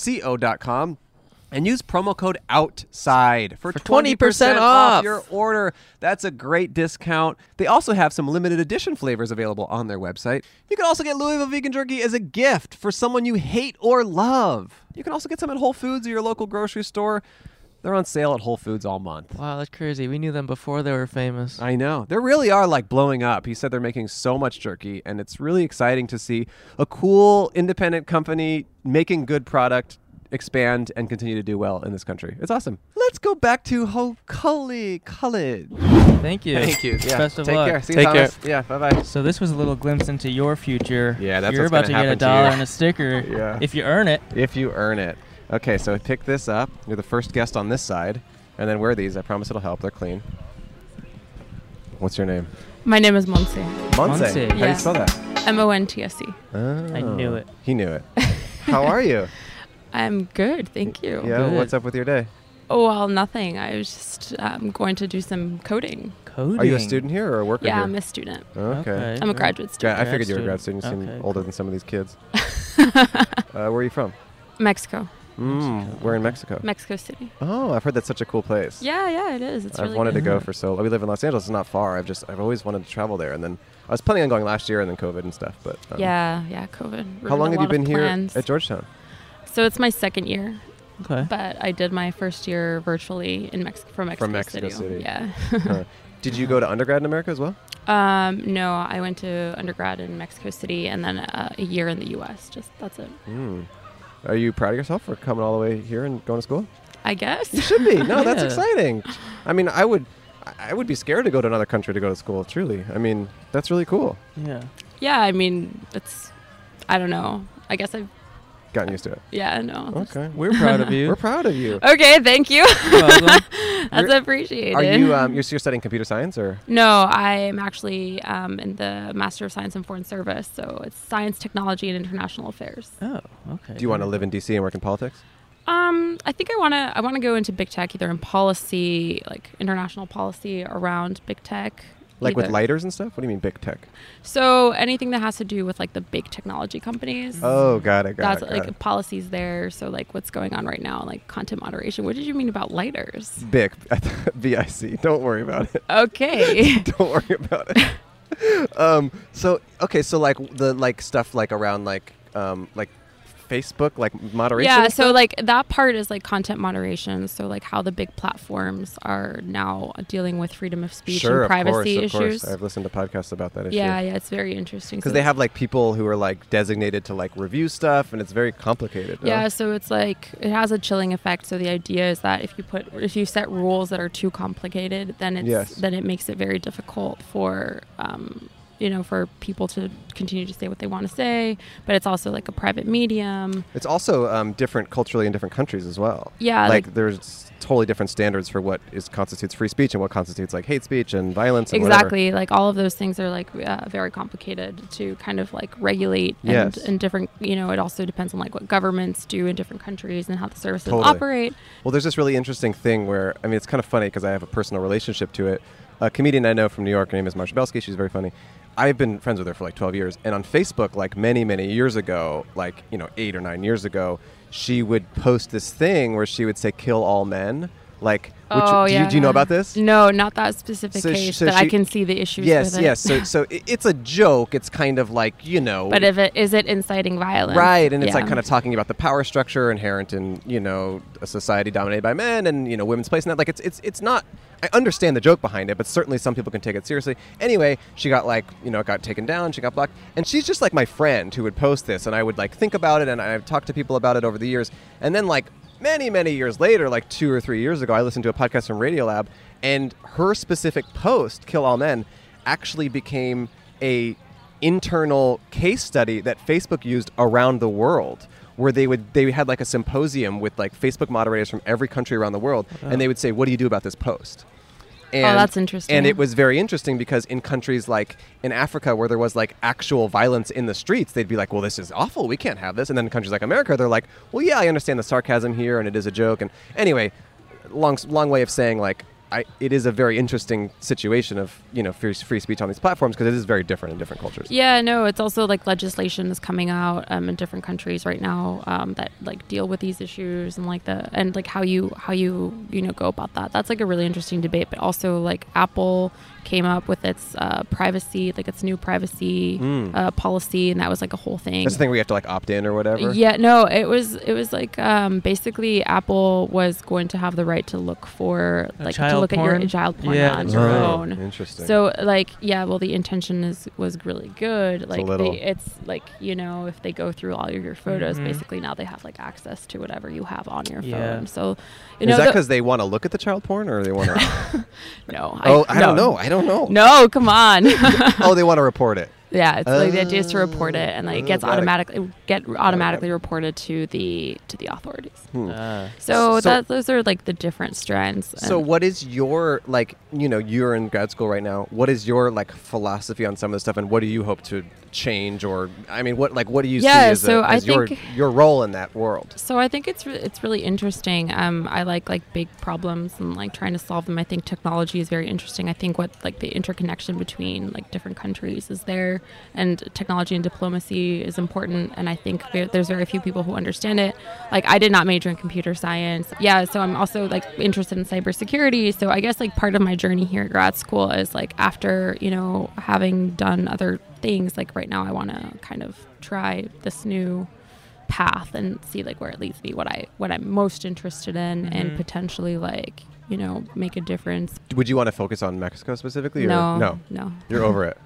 Speaker 2: lvjco.com and use promo code OUTSIDE for,
Speaker 4: 20% off.
Speaker 2: your order. That's a great discount. They also have some limited edition flavors available on their website. You can also get Louisville vegan jerky as a gift for someone you hate or love. You can also get some at Whole Foods or your local grocery store. They're on sale at Whole Foods all month.
Speaker 4: Wow, that's crazy. We knew them before they were famous.
Speaker 2: I know. They really are like blowing up. He said they're making so much jerky, and it's really exciting to see a cool independent company making good product expand and continue to do well in this country. It's awesome. Let's go back to Hokuli College.
Speaker 4: Thank you.
Speaker 5: Thank you. Yeah.
Speaker 4: Best of
Speaker 2: Take
Speaker 4: luck.
Speaker 2: care. See
Speaker 5: Take
Speaker 2: you, Thomas. Yeah, bye bye.
Speaker 4: So this was a little glimpse into your future.
Speaker 2: Yeah, that's
Speaker 4: You're
Speaker 2: what's
Speaker 4: about to
Speaker 2: gonna
Speaker 4: get a
Speaker 2: happen to you.
Speaker 4: dollar and a sticker
Speaker 2: Yeah.
Speaker 4: if you earn it.
Speaker 2: If you earn it. Okay, so I picked this up. You're the first guest on this side, and then wear these. I promise it'll help. They're clean. What's your name?
Speaker 7: My name is Monse.
Speaker 2: Monse.
Speaker 4: Monse.
Speaker 2: How do you
Speaker 7: Yeah.
Speaker 2: spell that?
Speaker 7: M O N T S E.
Speaker 4: I knew it.
Speaker 2: Oh, He knew it. How are you?
Speaker 7: I'm good, thank you.
Speaker 2: Yeah,
Speaker 4: Good.
Speaker 2: what's up with your day?
Speaker 7: Oh, well, nothing. I was just um, going to do some coding.
Speaker 4: Coding.
Speaker 2: Are you a student here or a worker
Speaker 7: Yeah,
Speaker 2: here?
Speaker 7: I'm a student.
Speaker 2: Okay.
Speaker 4: Okay.
Speaker 7: I'm a
Speaker 4: Great.
Speaker 7: graduate
Speaker 2: Yeah,
Speaker 7: student.
Speaker 2: I figured you were a grad student. You seem
Speaker 4: Okay,
Speaker 2: older than some of these kids. uh, where are you from?
Speaker 7: Mexico,
Speaker 2: Mm, we're in Mexico.
Speaker 7: Mexico City.
Speaker 2: Oh, I've heard that's such a cool place.
Speaker 7: Yeah, yeah, it is. It's
Speaker 2: I've
Speaker 7: really
Speaker 2: wanted
Speaker 7: good. Mm-hmm.
Speaker 2: to go for so. We live in Los Angeles. It's not far. I've just I've always wanted to travel there, and then I was planning on going last year, and then COVID and stuff. But um,
Speaker 7: Yeah, yeah, COVID.
Speaker 2: How
Speaker 7: ruined
Speaker 2: long
Speaker 7: a
Speaker 2: have you
Speaker 7: lot of
Speaker 2: been here
Speaker 7: plans.
Speaker 2: at Georgetown?
Speaker 7: So it's my second year,
Speaker 4: Okay.
Speaker 7: but I did my first year virtually in Mexico from Mexico,
Speaker 2: From Mexico City.
Speaker 7: Yeah.
Speaker 2: Huh. Did you go to undergrad in America as well?
Speaker 7: um, no, I went to undergrad in Mexico City and then uh, a year in the U.S. Just that's it.
Speaker 2: Mm. Are you proud of yourself for coming all the way here and going to school?
Speaker 7: I guess.
Speaker 2: You should be. No, that's
Speaker 4: Yeah.
Speaker 2: exciting. I mean, I would, I would be scared to go to another country to go to school. Truly, I mean, that's really cool.
Speaker 4: Yeah.
Speaker 7: yeah, I mean, it's. I don't know. I guess I've.
Speaker 2: Gotten used to it.
Speaker 7: Yeah, no. that's-
Speaker 2: Okay.
Speaker 4: We're proud of
Speaker 2: We're
Speaker 4: you.
Speaker 2: proud of you.
Speaker 7: Okay, thank you.
Speaker 4: Welcome.
Speaker 7: That's
Speaker 2: You're-
Speaker 7: appreciated.
Speaker 2: Are you um, you're, you're studying computer science or
Speaker 7: No, I am actually um, in the Master of Science in Foreign Service, so it's Science, Technology, and International Affairs.
Speaker 4: oh, okay.
Speaker 2: do you want to live in DC and work in politics?
Speaker 7: Um, I think I wanna I wanna go into big tech either in policy, like international policy around big tech.
Speaker 2: Like with
Speaker 7: either.
Speaker 2: lighters and stuff? What do you mean big tech?
Speaker 7: So anything that has to do with like the big technology companies.
Speaker 2: Oh, got it, got
Speaker 7: that's
Speaker 2: it.
Speaker 7: like
Speaker 2: got it.
Speaker 7: policies there. So like what's going on right now, like content moderation. What did you mean about lighters?
Speaker 2: Bic, B I C. Don't worry about it.
Speaker 7: Okay.
Speaker 2: Don't worry about it. um, so okay, so like the like stuff like around like um, like Facebook like moderation.
Speaker 7: Yeah,
Speaker 2: and
Speaker 7: so
Speaker 2: stuff?
Speaker 7: like that part is like content moderation. So like how the big platforms are now dealing with freedom of speech
Speaker 2: sure,
Speaker 7: and privacy
Speaker 2: of course,
Speaker 7: issues.
Speaker 2: Of course. I've listened to podcasts about that issue.
Speaker 7: yeah, yeah, it's very interesting.
Speaker 2: Because
Speaker 7: So
Speaker 2: they
Speaker 7: it's-
Speaker 2: have like people who are like designated to like review stuff, and it's very complicated. no?
Speaker 7: Yeah, so it's like it has a chilling effect. So the idea is that if you put if you set rules that are too complicated, then it's
Speaker 2: Yes.
Speaker 7: then it makes it very difficult for um, you know for people to continue to say what they want to say. But it's also like a private medium.
Speaker 2: It's also um, different culturally in different countries as well.
Speaker 7: Yeah,
Speaker 2: like,
Speaker 7: like-
Speaker 2: there's totally different standards for what is constitutes free speech and what constitutes like hate speech and violence. And whatever.
Speaker 7: exactly like all of those things are like uh, very complicated to kind of like regulate
Speaker 2: Yes.
Speaker 7: and, and different you know it also depends on like what governments do in different countries and how the services
Speaker 2: Totally.
Speaker 7: operate
Speaker 2: Well, there's this really interesting thing where I mean, it's kind of funny because I have a personal relationship to it. A comedian I know from New York, her name is Marsha Belsky. She's very funny. I've been friends with her for like 12 years, and on Facebook, like many, many years ago, like you know, eight or nine years ago, she would post this thing where she would say "kill all men." Like, which, do, you, do you know about this?
Speaker 7: Oh, no not that specific
Speaker 2: So sh-
Speaker 7: case
Speaker 2: so
Speaker 7: but
Speaker 2: she-
Speaker 7: i can see the issues
Speaker 2: Yes,
Speaker 7: with it.
Speaker 2: yes. So, so i- it's a joke. It's kind of like you know,
Speaker 7: but if it is it inciting violence
Speaker 2: Oh. right, and it's like
Speaker 7: Yeah.
Speaker 2: kind of talking about the power structure inherent in you know a society dominated by men and you know women's place in that. Like it's it's it's not. I understand the joke behind it, but certainly some people can take it seriously. Anyway, she got like you know it got taken down. She got blocked, and she's just like my friend who would post this, and I would like think about it, and I've talked to people about it over the years, and then like many many years later like two or three years ago i listened to a podcast from radiolab and her specific post kill all men actually became a internal case study that Facebook used around the world where they would they had like a symposium with like Facebook moderators from every country around the world and they would say what do you do about this post And,
Speaker 7: Oh. that's interesting.
Speaker 2: And it was very interesting because in countries like in Africa where there was like actual violence in the streets, they'd be like, "Well, this is awful. We can't have this." And then in countries like America, they're like, "Well, yeah, I understand the sarcasm here, and it is a joke." And anyway, long long way of saying like. I, it is a very interesting situation of you know free, free speech on these platforms because it is very different in different cultures.
Speaker 7: Yeah, no, it's also like legislation is coming out um, in different countries right now um, that like deal with these issues and like the and like how you how you you know go about that. That's like a really interesting debate. But also like Apple came up with its uh, privacy, like its new privacy
Speaker 2: Hmm.
Speaker 7: uh, policy, and that was like a whole thing.
Speaker 2: That's the thing where you have to like opt in or whatever.
Speaker 7: Yeah, no, it was it was like um, basically Apple was going to have the right to look for like to
Speaker 4: child
Speaker 7: look at your
Speaker 4: porn?
Speaker 7: child porn
Speaker 4: Yeah.
Speaker 7: on your
Speaker 2: Right.
Speaker 7: own.
Speaker 2: Interesting.
Speaker 7: So like yeah, well the intention is was really good. Like
Speaker 2: little-
Speaker 7: they, it's like you know if they go through all your, your photos,
Speaker 4: Mhm.
Speaker 7: basically now they have like access to whatever you have on your
Speaker 4: Yeah.
Speaker 7: phone. So you
Speaker 2: is
Speaker 7: know
Speaker 2: that
Speaker 7: the-
Speaker 2: because they want to look at the child porn or they want to?
Speaker 7: no,
Speaker 2: oh, I don't
Speaker 7: no.
Speaker 2: know. I don't know.
Speaker 7: No, come on.
Speaker 2: Oh, they want to report it.
Speaker 7: yeah, it's like the idea is to report it, and like
Speaker 2: Oh,
Speaker 7: it gets
Speaker 2: got it.
Speaker 7: automatically it get automatically reported to the to the authorities.
Speaker 2: Hmm.
Speaker 4: Uh,
Speaker 7: So,
Speaker 2: So-
Speaker 7: that those are like the different strands. and-
Speaker 2: So, what is your like? You know, you're in grad school right now. What is your like philosophy on some of this stuff, and what do you hope to change? Or, I mean, what like what do you
Speaker 7: Yeah,
Speaker 2: see as, a-
Speaker 7: so I
Speaker 2: as your
Speaker 7: think-
Speaker 2: your role in that world?
Speaker 7: So I think it's re- it's really interesting. Um, I like like big problems and like trying to solve them. I think technology is very interesting. I think what like the interconnection between like different countries is there, and technology and diplomacy is important. And I think there, there's very few people who understand it. Like I did not major in computer science. Yeah, so I'm also like interested in cybersecurity. So I guess like part of my journey here at grad school is like after you know having done other things. Like right now, I want to kind of try this new path and see like where it leads me what i what i'm most interested in
Speaker 2: Mm-hmm.
Speaker 7: and potentially like you know make a difference
Speaker 2: Would you want to focus on Mexico specifically?
Speaker 7: no
Speaker 2: Or? No,
Speaker 7: no
Speaker 2: you're over it.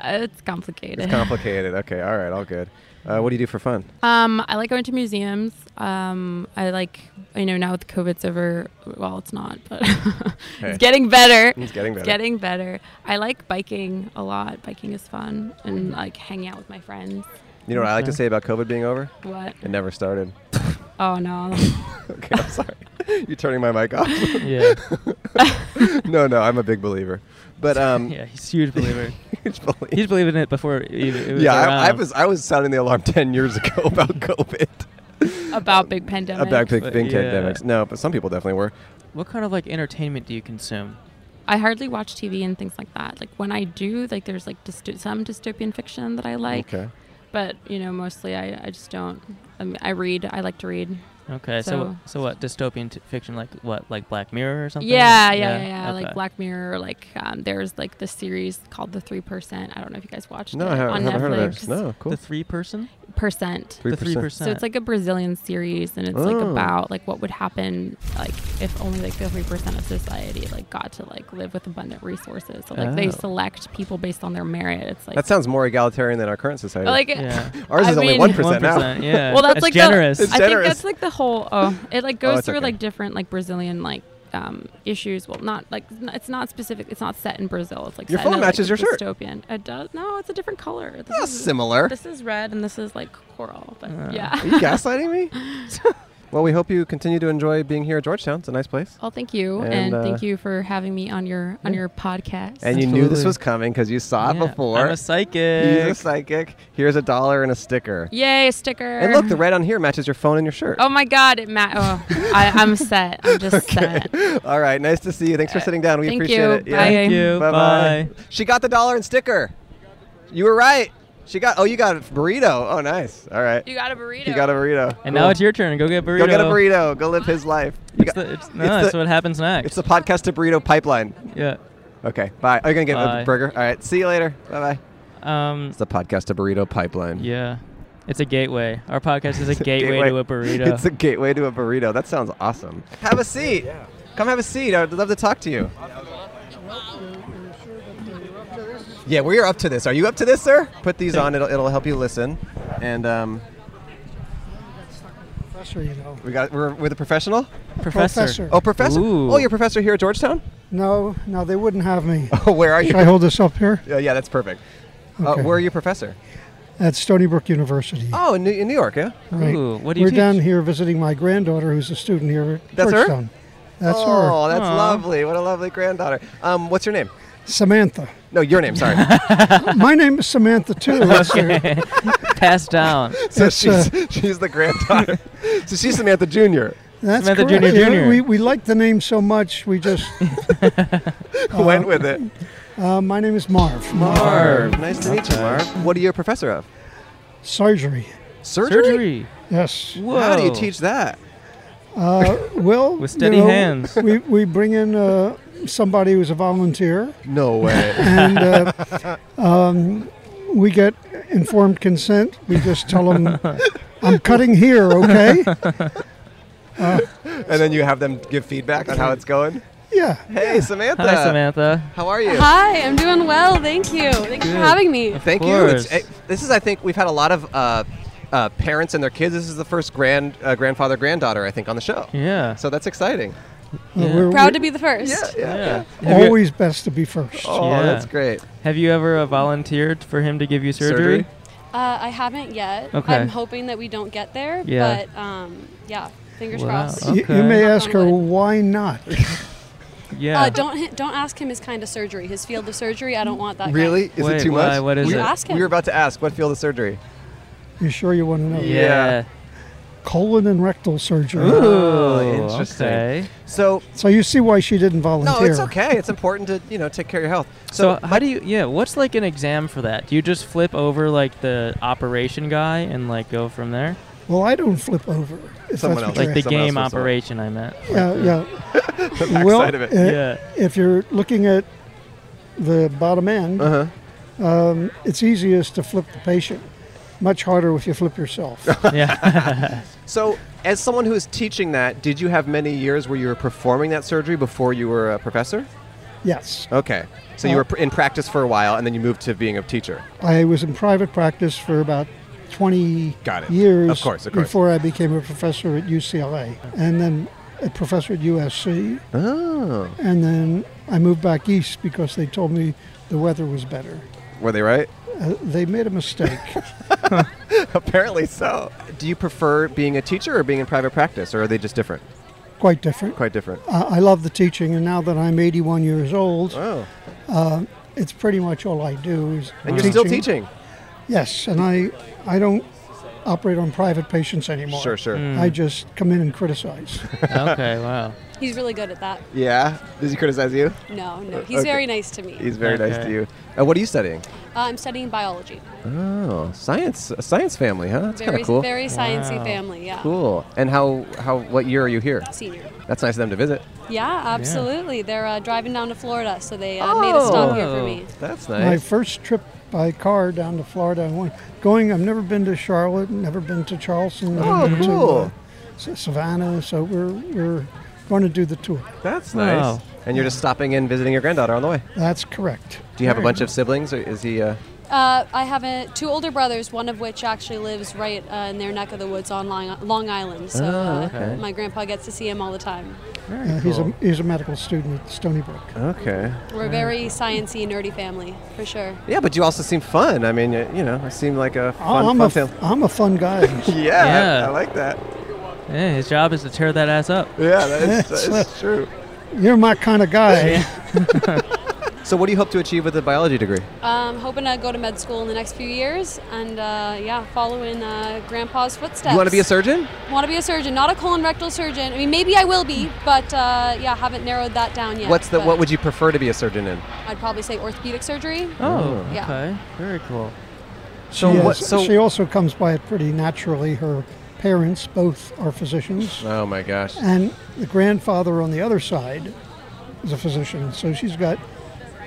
Speaker 7: Uh, it's complicated
Speaker 2: It's complicated. Okay, all right, all good. Uh, what do you do for fun?
Speaker 7: um i like going to museums um i like you know now with covid's over well it's not but
Speaker 2: Hey.
Speaker 7: it's getting better
Speaker 2: It's getting better.
Speaker 7: It's getting better i like biking a lot biking is fun and like hanging out with my friends
Speaker 2: you know what I like to say about COVID being over?
Speaker 7: what
Speaker 2: It never started.
Speaker 7: oh no
Speaker 2: Okay, I'm sorry. you're turning my mic off.
Speaker 4: yeah,
Speaker 2: no, no, I'm a big believer. But um,
Speaker 4: yeah, he's a huge believer.
Speaker 2: huge believer.
Speaker 4: he's believing it before it, it was
Speaker 2: yeah, I, I
Speaker 4: around.
Speaker 2: was I was sounding the alarm ten years ago about COVID,
Speaker 7: about big pandemic
Speaker 2: about big,
Speaker 4: But
Speaker 2: big
Speaker 4: yeah.
Speaker 2: pandemics. No, but some people definitely were.
Speaker 4: What kind of like entertainment do you consume?
Speaker 7: I hardly watch TV and things like that. Like when I do, like there's like dysto- some dystopian fiction that I like,
Speaker 2: okay,
Speaker 7: but you know, mostly I, I just don't. um, I, mean, I read. I like to read.
Speaker 4: Okay, so
Speaker 7: So-
Speaker 4: so, what dystopian t- fiction like what like Black Mirror or something?
Speaker 7: Yeah, yeah, yeah, yeah. Like
Speaker 4: okay.
Speaker 7: Black Mirror. Like um, there's like this series called The Three Percent. I don't know if you guys watched
Speaker 2: no,
Speaker 7: it
Speaker 2: I haven't,
Speaker 7: on
Speaker 2: I haven't
Speaker 7: Netflix.
Speaker 2: heard of this. No, cool.
Speaker 4: The three person.
Speaker 7: Percent.
Speaker 4: The three percent.
Speaker 7: So it's like a Brazilian series, and it's like
Speaker 2: Oh.
Speaker 7: about like what would happen like if only like the three percent of society like got to like live with abundant resources. So like
Speaker 2: Oh.
Speaker 7: they select people based on their merit. It's like
Speaker 2: That sounds more egalitarian than our current society.
Speaker 7: like
Speaker 4: yeah.
Speaker 2: Ours
Speaker 7: I
Speaker 2: is only
Speaker 7: mean-
Speaker 2: one percent now.
Speaker 4: 1%, yeah.
Speaker 7: well, that's,
Speaker 4: It's
Speaker 7: like
Speaker 4: generous.
Speaker 7: The, I think
Speaker 2: generous.
Speaker 7: that's like the whole. Oh, it like goes
Speaker 2: it's
Speaker 7: through
Speaker 2: okay.
Speaker 7: like different like Brazilian like um, issues. Well, not like n- it's not specific. It's not set in Brazil. It's like
Speaker 2: Your
Speaker 7: set
Speaker 2: phone
Speaker 7: in a,
Speaker 2: matches your
Speaker 7: like,
Speaker 2: shirt.
Speaker 7: Dystopian. It does. No, it's a different color. This,
Speaker 2: That's
Speaker 7: is,
Speaker 2: similar.
Speaker 7: this is red and this is like coral. But
Speaker 4: Uh.
Speaker 2: Are
Speaker 7: yeah.
Speaker 2: you gaslighting me? well, we hope you continue to enjoy being here at Georgetown. It's a nice place.
Speaker 7: Well, thank you,
Speaker 2: And,
Speaker 7: and,
Speaker 2: uh,
Speaker 7: thank you for having me on your on your podcast.
Speaker 2: And you knew this
Speaker 4: Absolutely.
Speaker 2: was coming because you saw it
Speaker 4: Yeah,
Speaker 2: before.
Speaker 4: I'm a
Speaker 2: He's a
Speaker 4: psychic.
Speaker 2: psychic. Here's a dollar and a sticker.
Speaker 7: Yay, a sticker!
Speaker 2: And look, the red on here matches your phone and your shirt.
Speaker 7: oh my God, it ma- Oh, I, I'm set. I'm just set. Uh,
Speaker 2: All right, nice to see you. Thanks for sitting down. We
Speaker 7: thank
Speaker 2: appreciate
Speaker 7: you.
Speaker 2: it.
Speaker 7: Bye.
Speaker 4: Thank you.
Speaker 2: Bye-bye.
Speaker 4: Bye.
Speaker 2: She got the dollar and sticker. You were right. She got. Oh, you got a burrito. Oh, nice. All right.
Speaker 7: You got a burrito.
Speaker 2: You got a burrito.
Speaker 4: And
Speaker 2: Cool.
Speaker 4: now it's your turn. Go get a burrito.
Speaker 2: Go get a burrito. Go live his life. You
Speaker 4: It's
Speaker 2: got-
Speaker 4: the, it's, no,
Speaker 2: it's
Speaker 4: that's
Speaker 2: the-
Speaker 4: what happens next.
Speaker 2: it's the podcast to burrito pipeline.
Speaker 4: yeah.
Speaker 2: Okay. Bye. Are you gonna get a
Speaker 4: Bye.
Speaker 2: burger? All right. See you later. Bye bye.
Speaker 4: Um.
Speaker 2: It's the podcast to burrito pipeline.
Speaker 4: Yeah. It's a gateway. Our podcast is a
Speaker 2: It's a
Speaker 4: gateway, to a burrito.
Speaker 2: It's a gateway to a burrito. That sounds awesome. Have a seat. Come have a seat. I'd love to talk to you. Yeah, we are up to this. Are you up to this, sir? Put these on. It'll, it'll help you listen. And um,
Speaker 8: professor, you know.
Speaker 2: we got we're with a professional.
Speaker 4: professor.
Speaker 8: Professor.
Speaker 2: Oh, professor.
Speaker 4: Ooh.
Speaker 2: Oh, you're a professor here at Georgetown.
Speaker 8: No, no, they wouldn't have me.
Speaker 2: Oh, where are
Speaker 8: Should I
Speaker 2: you?
Speaker 8: hold this up here?
Speaker 2: Yeah, yeah, that's perfect. Uh,
Speaker 8: Okay.
Speaker 2: where are you, professor?
Speaker 8: At Stony Brook University.
Speaker 2: Oh, in New, in New York. Yeah.
Speaker 8: right.
Speaker 4: Ooh, what do you
Speaker 8: We're
Speaker 4: teach?
Speaker 8: down here visiting my granddaughter, who's a student here at
Speaker 2: That's her?
Speaker 8: Georgetown. That's her.
Speaker 2: oh, that's
Speaker 4: Aw.
Speaker 2: lovely. What a lovely granddaughter. Um, what's your name?
Speaker 8: Samantha.
Speaker 2: No, your name. Sorry.
Speaker 8: My name is Samantha too. okay.
Speaker 4: Passed down.
Speaker 2: so
Speaker 8: It's, uh,
Speaker 2: she's she's the granddaughter. so she's Samantha Junior.
Speaker 8: That's
Speaker 4: Samantha
Speaker 8: correct.
Speaker 4: Junior,
Speaker 8: Yeah,
Speaker 4: Junior.
Speaker 8: We, we like the name so much, we just.
Speaker 2: Went with it.
Speaker 8: Uh, my name is Marv.
Speaker 2: Marv. Nice to meet you, Marv. What are you a professor of?
Speaker 8: Surgery.
Speaker 2: Surgery.
Speaker 4: Surgery.
Speaker 8: Yes.
Speaker 4: Whoa.
Speaker 2: How do you teach that?
Speaker 8: Uh, well,
Speaker 4: With
Speaker 8: you
Speaker 4: steady
Speaker 8: know,
Speaker 4: hands.
Speaker 8: We, we bring in uh, somebody who's a volunteer,
Speaker 2: No way.
Speaker 8: and uh, um, we get informed consent. We just tell them, "I'm cutting here, okay?" Uh,
Speaker 2: and then you have them give feedback on how it's going.
Speaker 8: Yeah.
Speaker 2: Hey, Samantha.
Speaker 4: Hi, Samantha.
Speaker 2: How are you?
Speaker 9: Hi, I'm doing well. Thank you. Thanks for having me.
Speaker 2: Thank
Speaker 4: Of
Speaker 2: you. It's,
Speaker 4: course.
Speaker 2: eh, this is, I think, we've had a lot of uh, uh, parents and their kids. This is the first grand uh, grandfather granddaughter, I think, on the show.
Speaker 4: Yeah.
Speaker 2: So that's exciting.
Speaker 8: Well,
Speaker 4: Yeah.
Speaker 8: Uh, we're-
Speaker 9: Proud to be the first.
Speaker 4: yeah.
Speaker 8: we're
Speaker 4: Have you-
Speaker 8: always best to be first.
Speaker 2: Oh,
Speaker 4: Yeah.
Speaker 2: that's great.
Speaker 4: Have you ever uh, volunteered for him to give you surgery?
Speaker 2: Surgery?
Speaker 9: Uh, I haven't yet.
Speaker 4: Okay.
Speaker 9: I'm hoping that we don't get there.
Speaker 4: Yeah.
Speaker 9: But um, yeah, fingers
Speaker 4: Wow.
Speaker 9: crossed.
Speaker 8: Y- You,
Speaker 4: Okay.
Speaker 8: may
Speaker 9: Knock
Speaker 8: ask
Speaker 9: on
Speaker 8: her
Speaker 9: wood.
Speaker 8: why not.
Speaker 4: Yeah.
Speaker 9: Uh, don't hi- don't ask him his kind of surgery, his field of surgery. I don't want that. kind.
Speaker 2: Really? Is
Speaker 4: Wait,
Speaker 2: it too
Speaker 4: why-
Speaker 2: much?
Speaker 4: what is
Speaker 2: we,
Speaker 4: it?
Speaker 9: Ask him.
Speaker 2: we were about to ask what field of surgery?
Speaker 8: You sure you want to know?
Speaker 4: Yeah.
Speaker 8: Colon and rectal surgery.
Speaker 4: Oh,
Speaker 2: interesting.
Speaker 4: Okay.
Speaker 2: So,
Speaker 8: So you see why she didn't volunteer.
Speaker 2: no, it's okay. It's important to, you know, take care of your health.
Speaker 4: So, how do you? Yeah, what's like an exam for that? Do you just flip over like the operation guy and like go from there?
Speaker 8: Well, I don't flip over. If
Speaker 2: Someone
Speaker 8: that's what
Speaker 2: else.
Speaker 4: Like the
Speaker 8: you're
Speaker 2: someone
Speaker 4: game
Speaker 2: else was on.
Speaker 4: operation, I meant.
Speaker 8: asking. Yeah,
Speaker 2: the
Speaker 8: yeah.
Speaker 2: backside
Speaker 8: well,
Speaker 2: of it.
Speaker 8: uh,
Speaker 4: Yeah.
Speaker 8: if you're looking at the bottom end,
Speaker 2: Uh-huh.
Speaker 8: um, it's easiest to flip the patient. Much harder if you flip yourself.
Speaker 4: yeah.
Speaker 2: So, as someone who is teaching that, did you have many years where you were performing that surgery before you were a professor?
Speaker 8: yes,
Speaker 2: Okay. So you
Speaker 8: Yeah.
Speaker 2: were pr- in practice for a while, and then you moved to being a teacher.
Speaker 8: I was in private practice for about 20
Speaker 2: Got it.
Speaker 8: years
Speaker 2: Of course, of course.
Speaker 8: before I became a professor at UCLA, and then a professor at USC,
Speaker 2: Oh.
Speaker 8: and then I moved back east because they told me the weather was better.
Speaker 2: Were they right?
Speaker 8: Uh, they made a mistake.
Speaker 2: Apparently so. Do you prefer being a teacher or being in private practice, or are they just different?
Speaker 8: Quite different.
Speaker 2: Quite different.
Speaker 8: Uh, I love the teaching, and now that I'm 81 years old, uh,
Speaker 2: Oh.
Speaker 8: it's pretty much all I do is
Speaker 2: And you're still teaching?
Speaker 8: Yes, and I, I don't operate on private patients anymore.
Speaker 2: Sure, sure.
Speaker 8: I just come in and criticize.
Speaker 4: Hmm. okay. Wow.
Speaker 9: He's really good at that.
Speaker 2: Yeah. Does he criticize you?
Speaker 9: No, no. He's
Speaker 2: Uh, Okay.
Speaker 9: very nice to me.
Speaker 2: He's very nice to
Speaker 4: Okay.
Speaker 2: you. Uh, what are you studying?
Speaker 9: uh, I'm studying biology.
Speaker 2: Oh, science. A science family, huh? That's kind
Speaker 9: very
Speaker 2: of cool.
Speaker 9: very sciencey
Speaker 4: Wow.
Speaker 9: family. Yeah.
Speaker 2: cool. And how, how, what year are you here?
Speaker 9: Senior.
Speaker 2: That's nice of them to visit.
Speaker 9: Yeah, absolutely. They're uh, driving down to Florida, so they uh, made a stop here for
Speaker 4: Oh.
Speaker 9: me.
Speaker 2: That's
Speaker 8: My
Speaker 2: nice.
Speaker 8: first trip by car down to Florida, I went going. I've never been to Charlotte, never been to Charleston,
Speaker 2: Oh,
Speaker 8: never been
Speaker 2: cool.
Speaker 8: to uh, S- Savannah. So we're we're going to do the tour.
Speaker 2: That's
Speaker 4: Wow.
Speaker 2: nice. And you're just stopping in visiting your granddaughter on the way.
Speaker 8: That's correct.
Speaker 2: Do you have a bunch of siblings, or is he? Uh,
Speaker 9: Uh, I have a, two older brothers, one of which actually lives right uh, in their neck of the woods on Long, Long Island. So uh,
Speaker 2: Ah, okay.
Speaker 9: my grandpa gets to see him all the time.
Speaker 4: Very
Speaker 8: Uh, he's a
Speaker 4: cool.
Speaker 8: he's a medical student at Stony Brook.
Speaker 2: okay.
Speaker 9: We're a very sciencey, nerdy family for sure.
Speaker 2: Yeah, but you also seem fun. I mean, you, you know, I seem like a
Speaker 4: Oh,
Speaker 2: fun,
Speaker 8: Oh, I'm
Speaker 2: fun
Speaker 8: a
Speaker 2: fam-
Speaker 8: am a fun guy.
Speaker 2: Yeah,
Speaker 4: Yeah.
Speaker 2: like that.
Speaker 4: Yeah, his job is to tear that ass up.
Speaker 2: Yeah, that is, that is true.
Speaker 8: You're my kind of guy.
Speaker 2: So, what do you hope to achieve with a biology degree?
Speaker 9: Um, hoping to go to med school in the next few years, and uh, yeah, follow in uh, grandpa's footsteps.
Speaker 2: You want to be a surgeon?
Speaker 9: Want to be a surgeon, not a colon rectal surgeon. I mean, maybe I will be, but uh, yeah, haven't narrowed that down yet.
Speaker 2: What's the?
Speaker 9: but
Speaker 2: What would you prefer to be a surgeon in?
Speaker 9: I'd probably say orthopedic surgery.
Speaker 4: Oh.
Speaker 9: Yeah.
Speaker 4: Okay. Very cool.
Speaker 2: So,
Speaker 8: Yes,
Speaker 2: what? So,
Speaker 8: she also comes by it pretty naturally. Her parents both are physicians,
Speaker 2: oh my gosh.
Speaker 8: and the grandfather on the other side is a physician. So she's got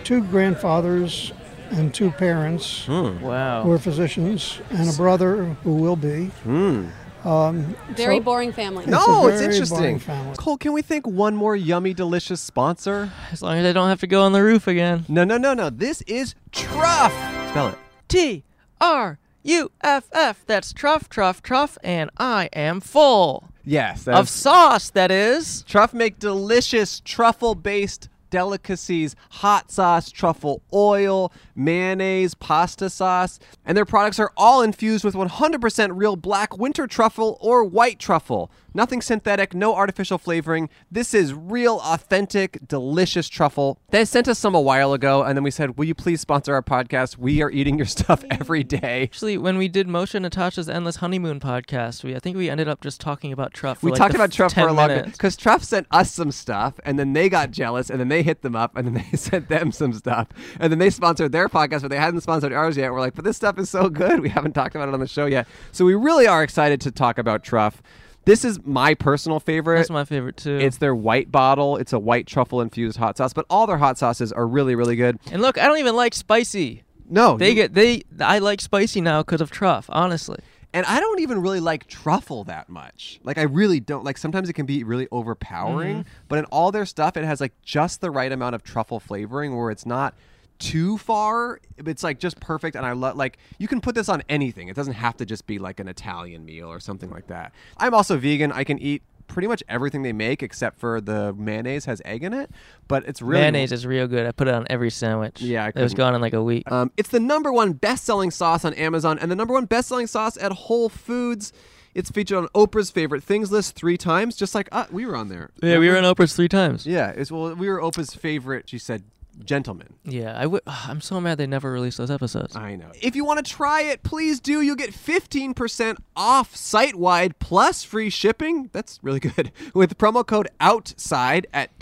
Speaker 8: two grandfathers and two parents
Speaker 2: Hmm.
Speaker 8: who
Speaker 4: Wow.
Speaker 8: are physicians, and a brother who will be.
Speaker 2: Hmm.
Speaker 8: Um,
Speaker 9: Very
Speaker 8: So-
Speaker 9: boring family.
Speaker 8: No.
Speaker 2: No,
Speaker 8: very
Speaker 2: it's
Speaker 8: boring
Speaker 2: interesting.
Speaker 8: family.
Speaker 2: Cole, can we think one more yummy, delicious sponsor?
Speaker 4: As long as I don't have to go on the roof again.
Speaker 2: No, no, no, no. This is Truff. Spell it.
Speaker 4: T R U F F. That's truff, truff, truff, and I am full
Speaker 2: Yes.
Speaker 4: of sauce. That is.
Speaker 2: Truff make delicious truffle based delicacies, hot sauce, truffle oil, mayonnaise, pasta sauce, and their products are all infused with 100% real black winter truffle or white truffle. Nothing synthetic, no artificial flavoring. This is real, authentic, delicious truffle. They sent us some a while ago, and then we said, Will you please sponsor our podcast? We are eating your stuff every day.
Speaker 4: Actually, when we did Moshe Natasha's Endless Honeymoon podcast, we I think we ended up just talking about Truff. For
Speaker 2: We
Speaker 4: like
Speaker 2: talked
Speaker 4: the
Speaker 2: about
Speaker 4: f-
Speaker 2: Truff
Speaker 4: 10
Speaker 2: for a long time
Speaker 4: minutes.
Speaker 2: because Truff sent us some stuff, and then they got jealous, and then they hit them up, and then they sent them some stuff, and then they sponsored their podcast, but they hadn't sponsored ours yet. We're like, but this stuff is so good, we haven't talked about it on the show yet, so we really are excited to talk about Truff. This is my personal favorite.
Speaker 4: That's my favorite too.
Speaker 2: it's their white bottle. It's a white truffle infused hot sauce, but all their hot sauces are really, really good.
Speaker 4: and look, I don't even like spicy.
Speaker 2: No,
Speaker 4: They
Speaker 2: you-
Speaker 4: get they. I like spicy now because of Truff. Honestly,
Speaker 2: and I don't even really like truffle that much. Like I really don't like sometimes it can be really overpowering,
Speaker 4: Mm-hmm.
Speaker 2: but in all their stuff it has like just the right amount of truffle flavoring where it's not too far. It's like just perfect and I love like you can put this on anything. It doesn't have to just be like an Italian meal or something like that. I'm also vegan. I can eat pretty much everything they make except for the mayonnaise has egg in it, but it's really
Speaker 4: mayonnaise is real good. I put it on every sandwich.
Speaker 2: Yeah, I
Speaker 4: it was
Speaker 2: couldn't-
Speaker 4: gone in like a week.
Speaker 2: um, it's the number one best-selling sauce on Amazon and the number one best-selling sauce at Whole Foods. It's featured on Oprah's favorite things list three times, just like uh, we were on there.
Speaker 4: yeah, we were in Oprah's three times.
Speaker 2: Yeah, it's well, we were Oprah's favorite. She said, "Gentlemen."
Speaker 4: Yeah, I would. I'm so mad they never released those episodes.
Speaker 2: I know. If you want to try it, please do. You'll get 15% off site wide plus free shipping. That's really good. With promo code OUTSIDE at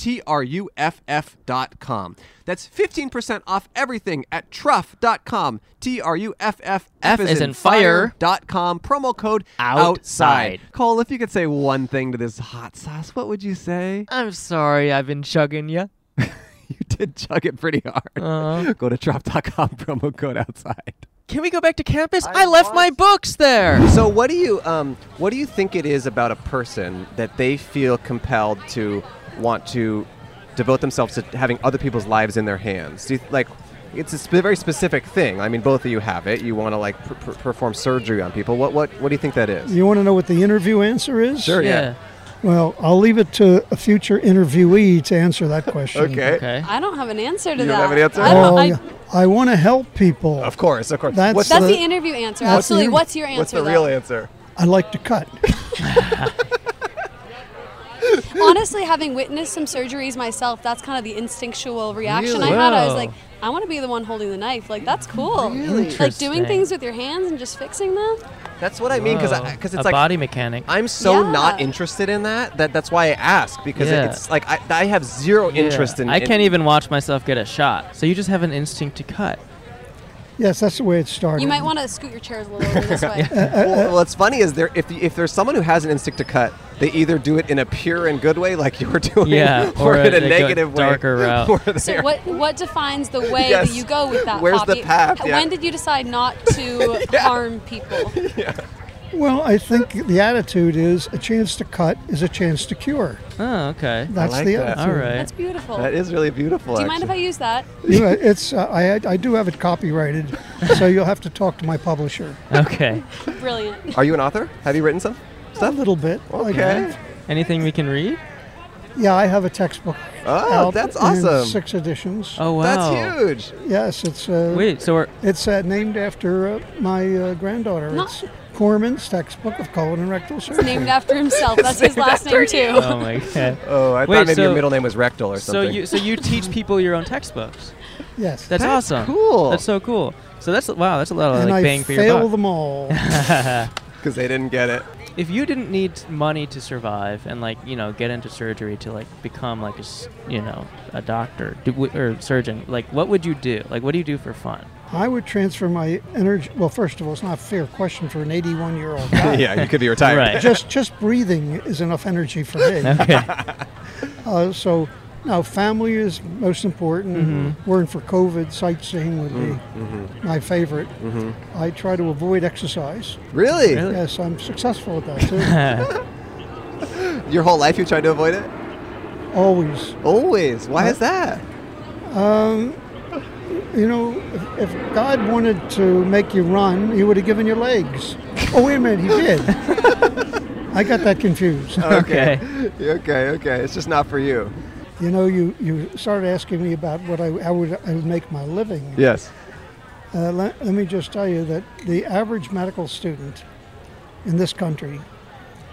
Speaker 2: truff.com. That's 15% off everything at truff.com. T R U F F F
Speaker 4: is in fire.
Speaker 2: dot com. Promo code
Speaker 4: Outside.
Speaker 2: outside. Cole, if you could say one thing to this hot sauce, what would you say?
Speaker 4: I'm sorry, I've been chugging you.
Speaker 2: You did chug it pretty hard.
Speaker 4: Uh-huh.
Speaker 2: Go to truff.com, promo code outside.
Speaker 4: Can we go back to campus? I, left my books there.
Speaker 2: So what do you um, what do you think it is about a person that they feel compelled to want to devote themselves to having other people's lives in their hands? Do you, like it's a sp- very specific thing. I mean, both of you have it. You want to like pr- pr- perform surgery on people. What what what do you think that is?
Speaker 8: You want to know what the interview answer is?
Speaker 2: Sure. Yeah.
Speaker 8: Well, I'll leave it to a future interviewee to answer that question.
Speaker 4: Okay.
Speaker 9: I don't have an answer to
Speaker 2: You
Speaker 9: that.
Speaker 2: don't have an answer?
Speaker 9: I don't,
Speaker 8: Well,
Speaker 9: I,
Speaker 8: Oh, yeah, I want to help people.
Speaker 2: Of course, of course.
Speaker 8: That's
Speaker 2: what's
Speaker 9: that's
Speaker 8: the-
Speaker 9: the interview answer.
Speaker 8: What's the
Speaker 9: Absolutely.
Speaker 8: inter-
Speaker 9: What's your answer?
Speaker 2: what's the
Speaker 9: though?
Speaker 2: real answer?
Speaker 8: I like to cut.
Speaker 9: Honestly, having witnessed some surgeries myself, that's kind of the instinctual reaction
Speaker 2: Really?
Speaker 9: I had. I was
Speaker 4: Wow.
Speaker 9: like, I want to be the one holding the knife. Like that's cool. Like
Speaker 4: Interesting.
Speaker 9: doing things with your hands and just fixing them.
Speaker 2: That's what I mean because
Speaker 4: Whoa.
Speaker 2: because it's
Speaker 4: Oh, a
Speaker 2: like
Speaker 4: body mechanic.
Speaker 2: I'm so
Speaker 9: Yeah.
Speaker 2: not interested in that that that's why I ask because it-
Speaker 4: Yeah.
Speaker 2: it's like I, I have zero interest
Speaker 4: Yeah.
Speaker 2: in.
Speaker 4: I
Speaker 2: in-
Speaker 4: can't even watch myself get a shot. So you just have an instinct to cut.
Speaker 8: yes, that's the way it started.
Speaker 9: You might want to scoot your chairs a little over this way.
Speaker 2: Well, what's funny is there if if there's someone who has an instinct to cut, they either do it in a pure and good way, like you're doing,
Speaker 4: Yeah,
Speaker 2: or,
Speaker 4: or
Speaker 2: in a,
Speaker 4: a- like a
Speaker 2: negative way,
Speaker 4: darker route.
Speaker 2: where they
Speaker 9: So
Speaker 2: are-
Speaker 9: what what defines the way
Speaker 2: Yes.
Speaker 9: that you go with that?
Speaker 2: Where's the
Speaker 9: Poppy?
Speaker 2: path?
Speaker 9: H-
Speaker 2: Yeah.
Speaker 9: When did you decide not to harm people?
Speaker 8: well, I think the attitude is a chance to cut is a chance to cure.
Speaker 4: Oh, okay.
Speaker 8: That's
Speaker 2: like
Speaker 8: the
Speaker 2: that.
Speaker 8: attitude.
Speaker 4: All right.
Speaker 9: That's beautiful.
Speaker 2: That is really beautiful.
Speaker 9: Do you mind if I use that?
Speaker 8: You know, it's uh, I I do have it copyrighted, so you'll have to talk to my publisher
Speaker 4: Okay.
Speaker 9: Brilliant.
Speaker 2: Are you an author? Have you written some
Speaker 8: a
Speaker 2: stuff?
Speaker 8: little bit. Like,
Speaker 2: Okay.
Speaker 4: Anything we can read?
Speaker 8: yeah, I have a textbook.
Speaker 2: Oh,
Speaker 8: out
Speaker 2: that's
Speaker 8: in
Speaker 2: awesome.
Speaker 8: Six editions.
Speaker 4: Oh wow.
Speaker 2: That's huge.
Speaker 8: Yes, it's uh,
Speaker 4: Wait. So we're
Speaker 8: It's uh, named after uh, my uh, granddaughter.
Speaker 9: No.
Speaker 8: It's Corman's textbook of colon and rectal surgery.
Speaker 9: Named after himself. That's his last name too.
Speaker 4: oh my god.
Speaker 2: Oh, I
Speaker 4: Wait,
Speaker 2: thought maybe your
Speaker 4: so-
Speaker 2: middle name was Rectal or
Speaker 4: So
Speaker 2: something.
Speaker 4: you so you teach people your own textbooks.
Speaker 8: yes.
Speaker 4: That's,
Speaker 2: That's
Speaker 4: awesome.
Speaker 2: cool.
Speaker 4: That's so cool. So that's wow. That's a lot of
Speaker 8: and
Speaker 4: like
Speaker 8: I
Speaker 4: bang for your
Speaker 8: fail
Speaker 4: buck.
Speaker 8: them all.
Speaker 2: because they didn't get it.
Speaker 4: if you didn't need money to survive and like you know get into surgery to like become like a s- you know a doctor do, w- or surgeon like what would you do like what do you do for fun
Speaker 8: I would transfer my energy. Well, first of all, it's not a fair question for an 81 year old guy.
Speaker 2: yeah, you could be retired.
Speaker 8: Just just breathing is enough energy for me.
Speaker 4: okay
Speaker 8: Uh, so now family is most important.
Speaker 4: Mm-hmm.
Speaker 8: We're in for COVID. Sightseeing would be
Speaker 2: Mm-hmm.
Speaker 8: my favorite. I try to avoid exercise.
Speaker 2: Really?
Speaker 4: Really?
Speaker 8: Yes, I'm successful at that
Speaker 2: Your whole life you tried to avoid it?
Speaker 8: too. Always.
Speaker 2: Always. Why
Speaker 4: Uh,
Speaker 2: is that?
Speaker 8: Um, You know, if, if God wanted to make you run, He would have given you legs. Oh, wait a minute, He did. I got that confused.
Speaker 2: Okay. okay. Okay. It's just not for you.
Speaker 8: You know, you, you started asking me about what I, how would I would make my living.
Speaker 6: Yes.
Speaker 8: Uh, let, let me just tell you that the average medical student in this country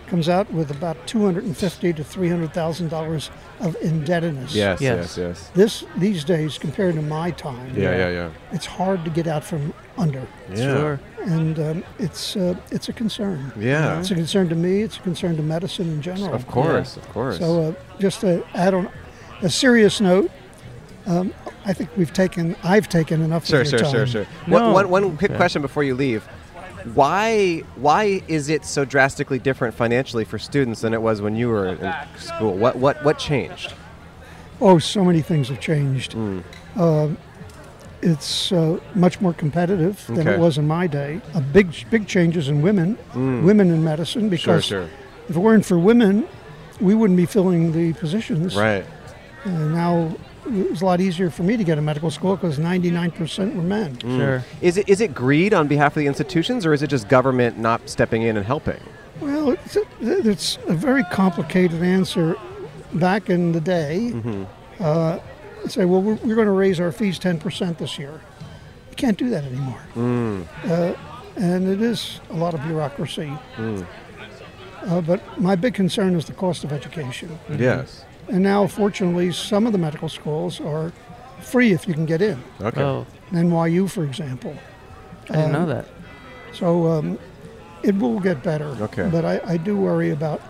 Speaker 8: comes out with about two hundred and fifty to three hundred thousand dollars of indebtedness.
Speaker 2: Yes, yes,
Speaker 4: Yes.
Speaker 2: yes.
Speaker 8: This these days compared to my time.
Speaker 2: Yeah, yeah, yeah.
Speaker 8: It's hard to get out from under,
Speaker 2: yeah.
Speaker 4: Sure.
Speaker 8: and um, it's uh, it's a concern.
Speaker 2: Yeah.
Speaker 8: It's a concern to me. It's a concern to medicine in general.
Speaker 2: Of course, of course.
Speaker 8: So, uh, just to add on a serious note, um, I think we've taken, I've taken enough
Speaker 2: Sure,
Speaker 8: of your
Speaker 2: sure,
Speaker 8: time.
Speaker 2: sure, sure.
Speaker 4: No.
Speaker 2: One, one, one quick question before you leave. Why why is it so drastically different financially for students than it was when you were in school? What what what changed?
Speaker 8: Oh, so many things have changed.
Speaker 2: Mm.
Speaker 8: Um, it's uh, much more competitive than
Speaker 2: Okay.
Speaker 8: it was in my day. A big, big changes in women,
Speaker 2: Mm.
Speaker 8: women in medicine, because if it weren't for women, we wouldn't be filling the positions.
Speaker 2: Right.
Speaker 8: And now it was a lot easier for me to get a medical school because 99% were men.
Speaker 4: Mm. Sure.
Speaker 2: Is it is it greed on behalf of the institutions or is it just government not stepping in and helping?
Speaker 8: Well, it's a, it's a very complicated answer. Back in the day, uh, I'd say, well, we're, we're going to raise our fees 10% this year. You can't do that anymore.
Speaker 2: Hmm.
Speaker 8: Uh, and it is a lot of bureaucracy.
Speaker 2: Mm.
Speaker 8: Uh, but my big concern is the cost of education.
Speaker 4: Mm-hmm.
Speaker 2: Yes.
Speaker 8: And now, fortunately, some of the medical schools are free if you can get in.
Speaker 2: Okay.
Speaker 4: Oh,
Speaker 8: NYU, for example.
Speaker 4: I didn't
Speaker 8: Um,
Speaker 4: know that.
Speaker 8: So um, it will get better.
Speaker 2: Okay.
Speaker 8: But I, I do worry about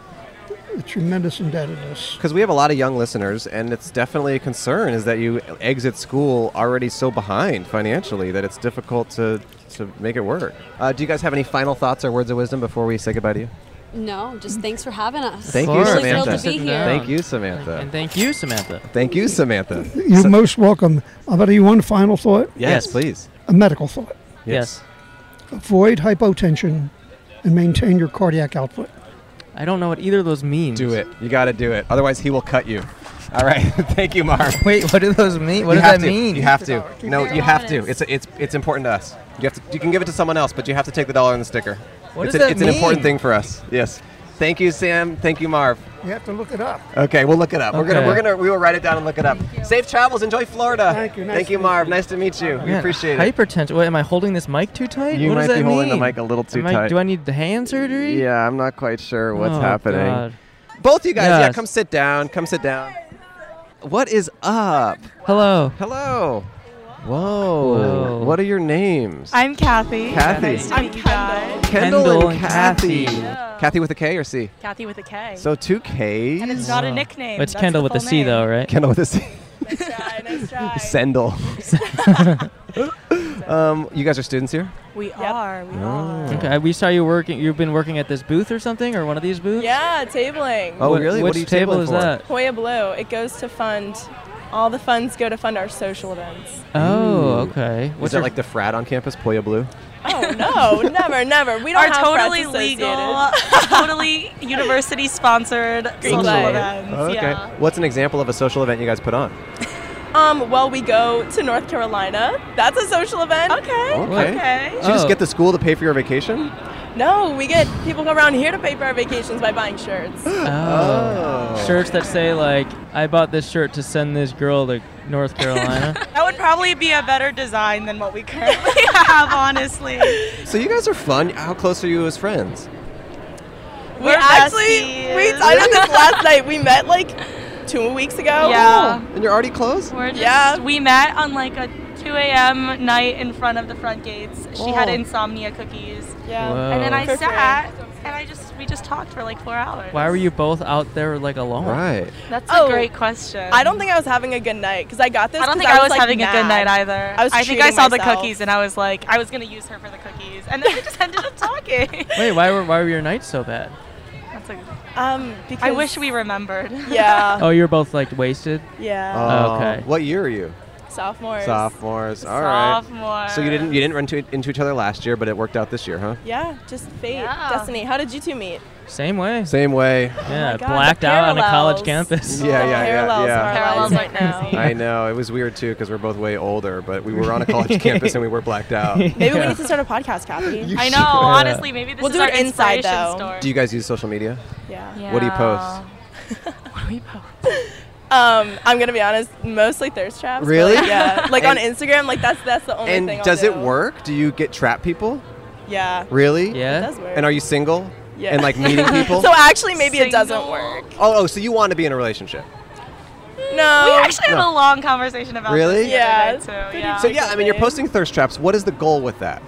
Speaker 8: the tremendous indebtedness.
Speaker 2: Because we have a lot of young listeners, and it's definitely a concern is that you exit school already so behind financially that it's difficult to, to make it work. Uh, do you guys have any final thoughts or words of wisdom before we say goodbye to you?
Speaker 9: No, just thanks for having us.
Speaker 2: Thank you,
Speaker 4: course.
Speaker 9: really thrilled
Speaker 2: Samantha.
Speaker 9: to be
Speaker 4: Sitting
Speaker 9: here.
Speaker 4: down.
Speaker 2: Thank you,
Speaker 4: And
Speaker 2: Samantha.
Speaker 4: thank you, Samantha.
Speaker 2: Thank you, Samantha.
Speaker 8: You're most welcome. Uh, But you one final thought,
Speaker 2: Yes,
Speaker 4: Yes.
Speaker 2: please.
Speaker 8: a medical thought.
Speaker 4: Yes.
Speaker 8: Avoid hypotension and maintain your cardiac output.
Speaker 4: I don't know what either of those means.
Speaker 2: Do it. You got to do it. Otherwise, he will cut you. All right. Thank you, Mark.
Speaker 4: Wait, what do those mean? What
Speaker 2: you
Speaker 4: does
Speaker 2: have
Speaker 4: that
Speaker 2: to.
Speaker 4: mean?
Speaker 2: You have to. No,
Speaker 9: it
Speaker 2: you have to.
Speaker 9: honest.
Speaker 2: It's it's it's important to us. You have to. You can give it to someone else, but you have to take the dollar and the sticker.
Speaker 4: What
Speaker 2: it's
Speaker 4: does
Speaker 2: a-
Speaker 4: that
Speaker 2: It's an important thing
Speaker 4: mean?
Speaker 2: for us. Yes. Thank you, Sam. Thank you, Marv.
Speaker 8: You have to look it up.
Speaker 2: Okay, we'll look it up. We're gonna
Speaker 4: Okay.
Speaker 2: we're gonna we will write it down and look it up. Safe travels. Enjoy Florida.
Speaker 8: Thank you. Nice
Speaker 2: Thank
Speaker 8: to
Speaker 2: you,
Speaker 8: meet
Speaker 2: Marv.
Speaker 8: you.
Speaker 2: Nice to meet you. We
Speaker 4: Man,
Speaker 2: appreciate it.
Speaker 4: hypertension. Wait, am I holding this mic too tight?
Speaker 2: You
Speaker 4: what does
Speaker 2: might be
Speaker 4: that
Speaker 2: holding the
Speaker 4: mean?
Speaker 2: mic a little too
Speaker 4: Am I-
Speaker 2: tight.
Speaker 4: do I need the hand surgery?
Speaker 2: Yeah, I'm not quite sure what's
Speaker 4: Oh,
Speaker 2: happening.
Speaker 4: God.
Speaker 2: Both you guys, yeah,
Speaker 4: Yes.
Speaker 2: come sit down. Come sit down. What is up?
Speaker 4: Hello.
Speaker 2: Hello. Whoa.
Speaker 4: Whoa.
Speaker 2: What are your names?
Speaker 10: I'm Kathy.
Speaker 2: Kathy.
Speaker 10: Nice to meet you guys.
Speaker 2: Kendall,
Speaker 4: Kendall
Speaker 2: and
Speaker 4: and
Speaker 2: Kathy.
Speaker 4: Kathy.
Speaker 2: Kathy with a K or C?
Speaker 10: Kathy with a K.
Speaker 2: So two K.
Speaker 10: and it's not a
Speaker 4: Oh.
Speaker 10: nickname.
Speaker 4: It's
Speaker 10: that's
Speaker 4: Kendall
Speaker 10: the
Speaker 4: with a
Speaker 10: full
Speaker 4: C,
Speaker 10: name.
Speaker 4: though, right?
Speaker 2: Kendall with a C.
Speaker 10: Nice try. Nice try.
Speaker 2: Sendel. um, you guys are students here?
Speaker 10: we are. We are.
Speaker 4: Okay. uh, We saw you working. You've been working at this booth or something, or one of these booths.
Speaker 10: Yeah, tabling.
Speaker 2: Oh,
Speaker 4: What-
Speaker 2: really?
Speaker 4: Which
Speaker 2: What are you
Speaker 4: table
Speaker 2: tabling
Speaker 4: is
Speaker 2: for?
Speaker 4: that?
Speaker 10: Hoya Blue. It goes to fund. All the funds go to fund our social events.
Speaker 4: Oh, okay.
Speaker 2: Was
Speaker 4: What's
Speaker 2: that
Speaker 4: your
Speaker 2: like the frat on campus, Poya Blue?
Speaker 10: Oh no, never, never. We don't
Speaker 11: are
Speaker 10: have
Speaker 11: totally
Speaker 10: frats
Speaker 11: legal,
Speaker 10: associated.
Speaker 11: totally university sponsored social
Speaker 10: light.
Speaker 11: events.
Speaker 2: Oh,
Speaker 11: Yeah.
Speaker 2: What's an example of a social event you guys put on?
Speaker 10: Um, well, we go to North Carolina. That's a social event.
Speaker 11: Okay.
Speaker 2: Okay.
Speaker 11: Okay.
Speaker 2: Did you just
Speaker 4: Oh.
Speaker 2: get the school to pay for your vacation?
Speaker 10: No, we get people come around here to pay for our vacations by buying shirts.
Speaker 4: Oh. Shirts that say like, "I bought this shirt to send this girl to North Carolina."
Speaker 11: That would probably be a better design than what we currently have, honestly.
Speaker 2: So you guys are fun. How close are you as friends?
Speaker 10: we
Speaker 11: We're
Speaker 10: actually we
Speaker 11: besties.
Speaker 10: I know this last night. We met like two weeks ago.
Speaker 11: Yeah.
Speaker 2: Oh, And you're already close?
Speaker 11: We're just,
Speaker 10: Yeah.
Speaker 11: We met on like a 2 a.m. night in front of the front gates. She had
Speaker 10: Oh.
Speaker 11: insomnia cookies.
Speaker 10: Yeah.
Speaker 4: Whoa.
Speaker 11: And then I
Speaker 10: For free.
Speaker 11: sat and I just we just talked for like four hours.
Speaker 4: Why were you both out there like alone?
Speaker 2: Right.
Speaker 11: That's
Speaker 10: Oh.
Speaker 11: a great question.
Speaker 10: I don't think I was having a good night because I got this.
Speaker 11: I don't
Speaker 10: 'cause
Speaker 11: think I was,
Speaker 10: like,
Speaker 11: having a good
Speaker 10: mad.
Speaker 11: night either.
Speaker 10: I was
Speaker 11: think I
Speaker 10: treating
Speaker 11: saw the
Speaker 10: myself.
Speaker 11: cookies and I was like, I was gonna use her for the cookies, and then we just ended up talking.
Speaker 4: Wait, why were why were your nights so bad?
Speaker 11: That's a,
Speaker 10: Um, because
Speaker 11: I wish we remembered.
Speaker 10: Yeah.
Speaker 4: Oh, you were both like wasted.
Speaker 10: Uh. Yeah.
Speaker 2: Oh,
Speaker 4: Okay.
Speaker 2: What year are you?
Speaker 10: Sophomores.
Speaker 2: Sophomores. All right.
Speaker 11: Sophomore.
Speaker 2: So you didn't you didn't run to, into each other last year, but it worked out this year, huh?
Speaker 10: Yeah, just fate,
Speaker 11: Yeah.
Speaker 10: destiny. How did you two meet?
Speaker 4: Same way.
Speaker 2: Same way.
Speaker 4: Yeah,
Speaker 10: God, the
Speaker 4: blacked out on a college
Speaker 10: parallels.
Speaker 4: campus.
Speaker 2: Yeah, yeah, yeah,
Speaker 10: Parallels
Speaker 2: yeah.
Speaker 10: are lives
Speaker 11: Parallels are
Speaker 10: right now.
Speaker 11: crazy.
Speaker 2: I know it was weird too because we're both way older, but we were on a college campus and we were blacked out.
Speaker 10: Maybe we
Speaker 4: Yeah.
Speaker 10: need to start a podcast, Kathy.
Speaker 11: I know. Honestly, maybe this
Speaker 10: We'll
Speaker 11: is
Speaker 10: do
Speaker 11: our
Speaker 10: it inside,
Speaker 11: inspiration
Speaker 10: though.
Speaker 11: story.
Speaker 2: Do you guys use social media?
Speaker 10: yeah.
Speaker 2: what do you post?
Speaker 11: Yeah. what do we post?
Speaker 10: Um, I'm gonna be honest, mostly thirst traps. but,
Speaker 2: Really?
Speaker 10: like, yeah. Like on
Speaker 2: And-
Speaker 10: Instagram, like that's that's the only
Speaker 2: and
Speaker 10: thing. I'll
Speaker 2: does it
Speaker 10: do.
Speaker 2: work? Do you get trap people?
Speaker 10: Yeah.
Speaker 2: Really?
Speaker 10: Yeah. It does work.
Speaker 2: And are you single?
Speaker 10: Yeah.
Speaker 2: And like meeting people?
Speaker 10: so actually, maybe it doesn't work.
Speaker 2: oh, oh, so you want to be in a relationship?
Speaker 10: No.
Speaker 11: We actually had
Speaker 2: No.
Speaker 11: a long conversation about
Speaker 2: Really?
Speaker 11: this. the
Speaker 10: Yeah,
Speaker 11: other day, too. Yeah.
Speaker 2: So yeah, I mean, you're posting thirst traps. What is the goal with that?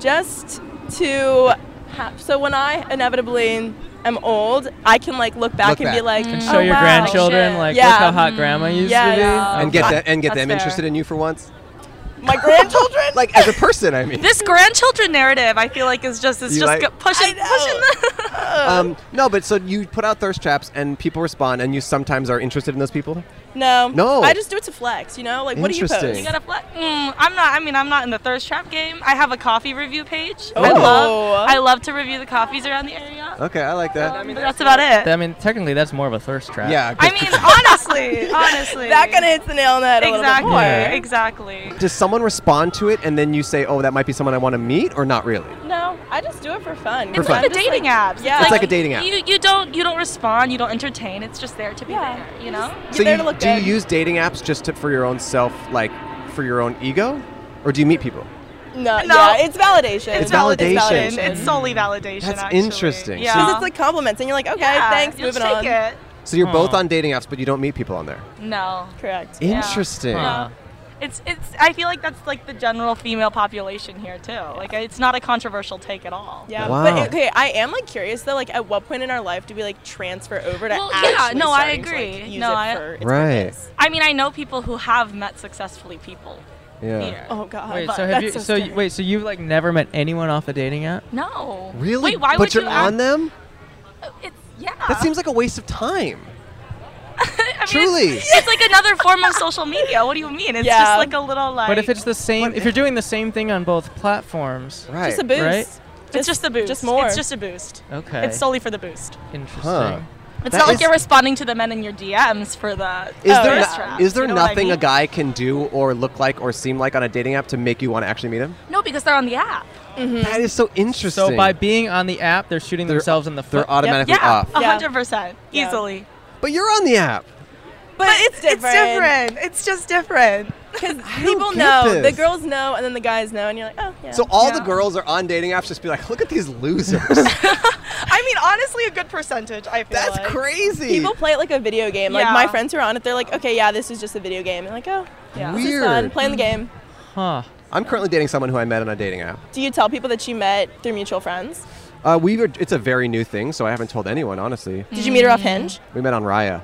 Speaker 10: just to have so when I inevitably am old, I can like look back
Speaker 2: Look
Speaker 10: and be
Speaker 2: back.
Speaker 10: like,
Speaker 11: Mm-hmm.
Speaker 4: And
Speaker 10: oh,
Speaker 4: show your
Speaker 10: wow.
Speaker 4: grandchildren, like,
Speaker 10: yeah. Mm-hmm.
Speaker 4: look how hot grandma used
Speaker 10: Yeah,
Speaker 4: to be.
Speaker 10: yeah.
Speaker 2: and get
Speaker 10: Okay.
Speaker 2: that, and get
Speaker 10: That's
Speaker 2: them
Speaker 10: fair.
Speaker 2: interested in you for once.
Speaker 10: My grandchildren.
Speaker 2: like as a person, I mean.
Speaker 11: This grandchildren narrative, I feel like, is just is
Speaker 2: You
Speaker 11: just
Speaker 2: like-
Speaker 11: g- pushing pushing
Speaker 10: uh,
Speaker 2: Um, no, but so you put out thirst traps and people respond, and you sometimes are interested in those people.
Speaker 10: No.
Speaker 2: No.
Speaker 10: I just do it to flex, you know? Like, what do you post?
Speaker 2: Interesting.
Speaker 11: You gotta flex. Mm, I'm not. I mean, I'm not in the thirst trap game. I have a coffee review page. I
Speaker 4: Oh.
Speaker 11: love. I love to review the coffees around the area.
Speaker 2: Okay, I like that.
Speaker 11: I mean, that's about it.
Speaker 4: I mean, technically, that's more of a thirst trap.
Speaker 2: Yeah,
Speaker 11: I mean, honestly, honestly,
Speaker 10: that kind of hits the nail on the head a little bit
Speaker 11: exactly,
Speaker 10: more.
Speaker 2: Yeah.
Speaker 11: exactly.
Speaker 2: Does someone respond to it, and then you say, "Oh, that might be someone I want to meet," or not really?
Speaker 10: No, I just do it for fun.
Speaker 2: For It's like fun. a
Speaker 11: dating app.
Speaker 10: Yeah.
Speaker 2: It's like a dating app.
Speaker 11: You you don't you don't respond. You don't entertain. It's just there to be there. You know.
Speaker 2: so you, do you use dating apps just to, for your own self, like for your own ego, or do you meet people?
Speaker 10: No,
Speaker 11: No.
Speaker 10: yeah, it's validation.
Speaker 2: It's validation.
Speaker 11: It's, solely validation.
Speaker 2: That's
Speaker 11: actually.
Speaker 2: interesting. So
Speaker 11: Yeah.
Speaker 10: Because it's like compliments, and you're like, okay,
Speaker 11: Yeah,
Speaker 10: thanks,
Speaker 11: you'll
Speaker 10: moving
Speaker 11: take
Speaker 10: on.
Speaker 11: it.
Speaker 2: So you're both
Speaker 11: Huh.
Speaker 2: on dating apps, but you don't meet people on there.
Speaker 11: No.
Speaker 10: Correct.
Speaker 2: Interesting. Huh.
Speaker 11: It's it's. I feel like that's like the general female population here too. Like it's not a controversial take at all.
Speaker 10: Yeah,
Speaker 2: Wow.
Speaker 10: but okay, I am like curious though. Like, at what point in our life do we like transfer over to
Speaker 11: Well,
Speaker 10: actually
Speaker 11: yeah, no, I
Speaker 10: starting to, like,
Speaker 11: agree.
Speaker 10: use
Speaker 11: No,
Speaker 10: it
Speaker 11: I-
Speaker 10: for its
Speaker 2: Right.
Speaker 11: I mean, I know people who have met successfully people.
Speaker 2: Yeah.
Speaker 11: Here.
Speaker 10: Oh God.
Speaker 4: Wait,
Speaker 11: But
Speaker 4: so have
Speaker 11: that's
Speaker 4: you?
Speaker 11: so
Speaker 4: So, you, wait, so you've like never met anyone off a dating app?
Speaker 11: No.
Speaker 2: Really?
Speaker 11: Wait, why
Speaker 2: but
Speaker 11: would
Speaker 2: you're
Speaker 11: you Uh,
Speaker 2: on them?
Speaker 11: It's yeah.
Speaker 2: That seems like a waste of time.
Speaker 11: I mean,
Speaker 2: Truly.
Speaker 11: It's, it's like another form of social media. What do you mean? It's
Speaker 10: Yeah.
Speaker 11: just like a little like.
Speaker 4: but if it's the same, if you're doing the same thing on both platforms,
Speaker 2: Right.
Speaker 10: Just a boost.
Speaker 4: Right?
Speaker 11: it's just a boost.
Speaker 10: just more.
Speaker 11: It's just a boost.
Speaker 4: Okay.
Speaker 11: It's solely for the boost.
Speaker 4: Interesting.
Speaker 2: Huh.
Speaker 11: It's
Speaker 2: That
Speaker 11: not like
Speaker 2: is-
Speaker 11: you're responding to the men in your DMs for the.
Speaker 2: Is
Speaker 10: Oh,
Speaker 2: there
Speaker 11: thirst
Speaker 2: no-
Speaker 11: traps,
Speaker 2: is there
Speaker 11: you know what I
Speaker 2: nothing
Speaker 11: mean?
Speaker 2: a guy can do or look like or seem like on a dating app to make you want to actually meet him?
Speaker 11: No, because they're on the app.
Speaker 2: That is so interesting.
Speaker 4: So by being on the app, they're shooting
Speaker 2: They're-
Speaker 4: themselves in the
Speaker 2: they're
Speaker 4: foot.
Speaker 2: automatically
Speaker 11: Yeah, Uh-huh.
Speaker 2: off.
Speaker 11: a hundred percent,
Speaker 10: Yeah.
Speaker 11: easily.
Speaker 2: But you're on the app.
Speaker 10: But, it's different.
Speaker 11: It's just different.
Speaker 10: because people
Speaker 2: get
Speaker 10: know. The
Speaker 2: this.
Speaker 10: girls know, and then the guys know, and you're like, oh yeah.
Speaker 2: So all the
Speaker 11: Yeah.
Speaker 2: girls are on dating apps just be like, look at these losers.
Speaker 11: I mean, honestly, a good percentage. I feel
Speaker 2: That's crazy.
Speaker 10: People play it like a video game.
Speaker 11: Yeah.
Speaker 10: Like my friends who are on it, they're like, okay, yeah, this is just a video game. And like, oh, yeah, this is fun,
Speaker 2: Weird.
Speaker 10: playing the game.
Speaker 4: Huh.
Speaker 2: I'm currently dating someone who I met on a dating app.
Speaker 10: Do you tell people that you met through mutual friends?
Speaker 2: Uh, we were, it's a very new thing, so I haven't told anyone, honestly.
Speaker 10: Did you meet her off Hinge?
Speaker 2: We met on Raya.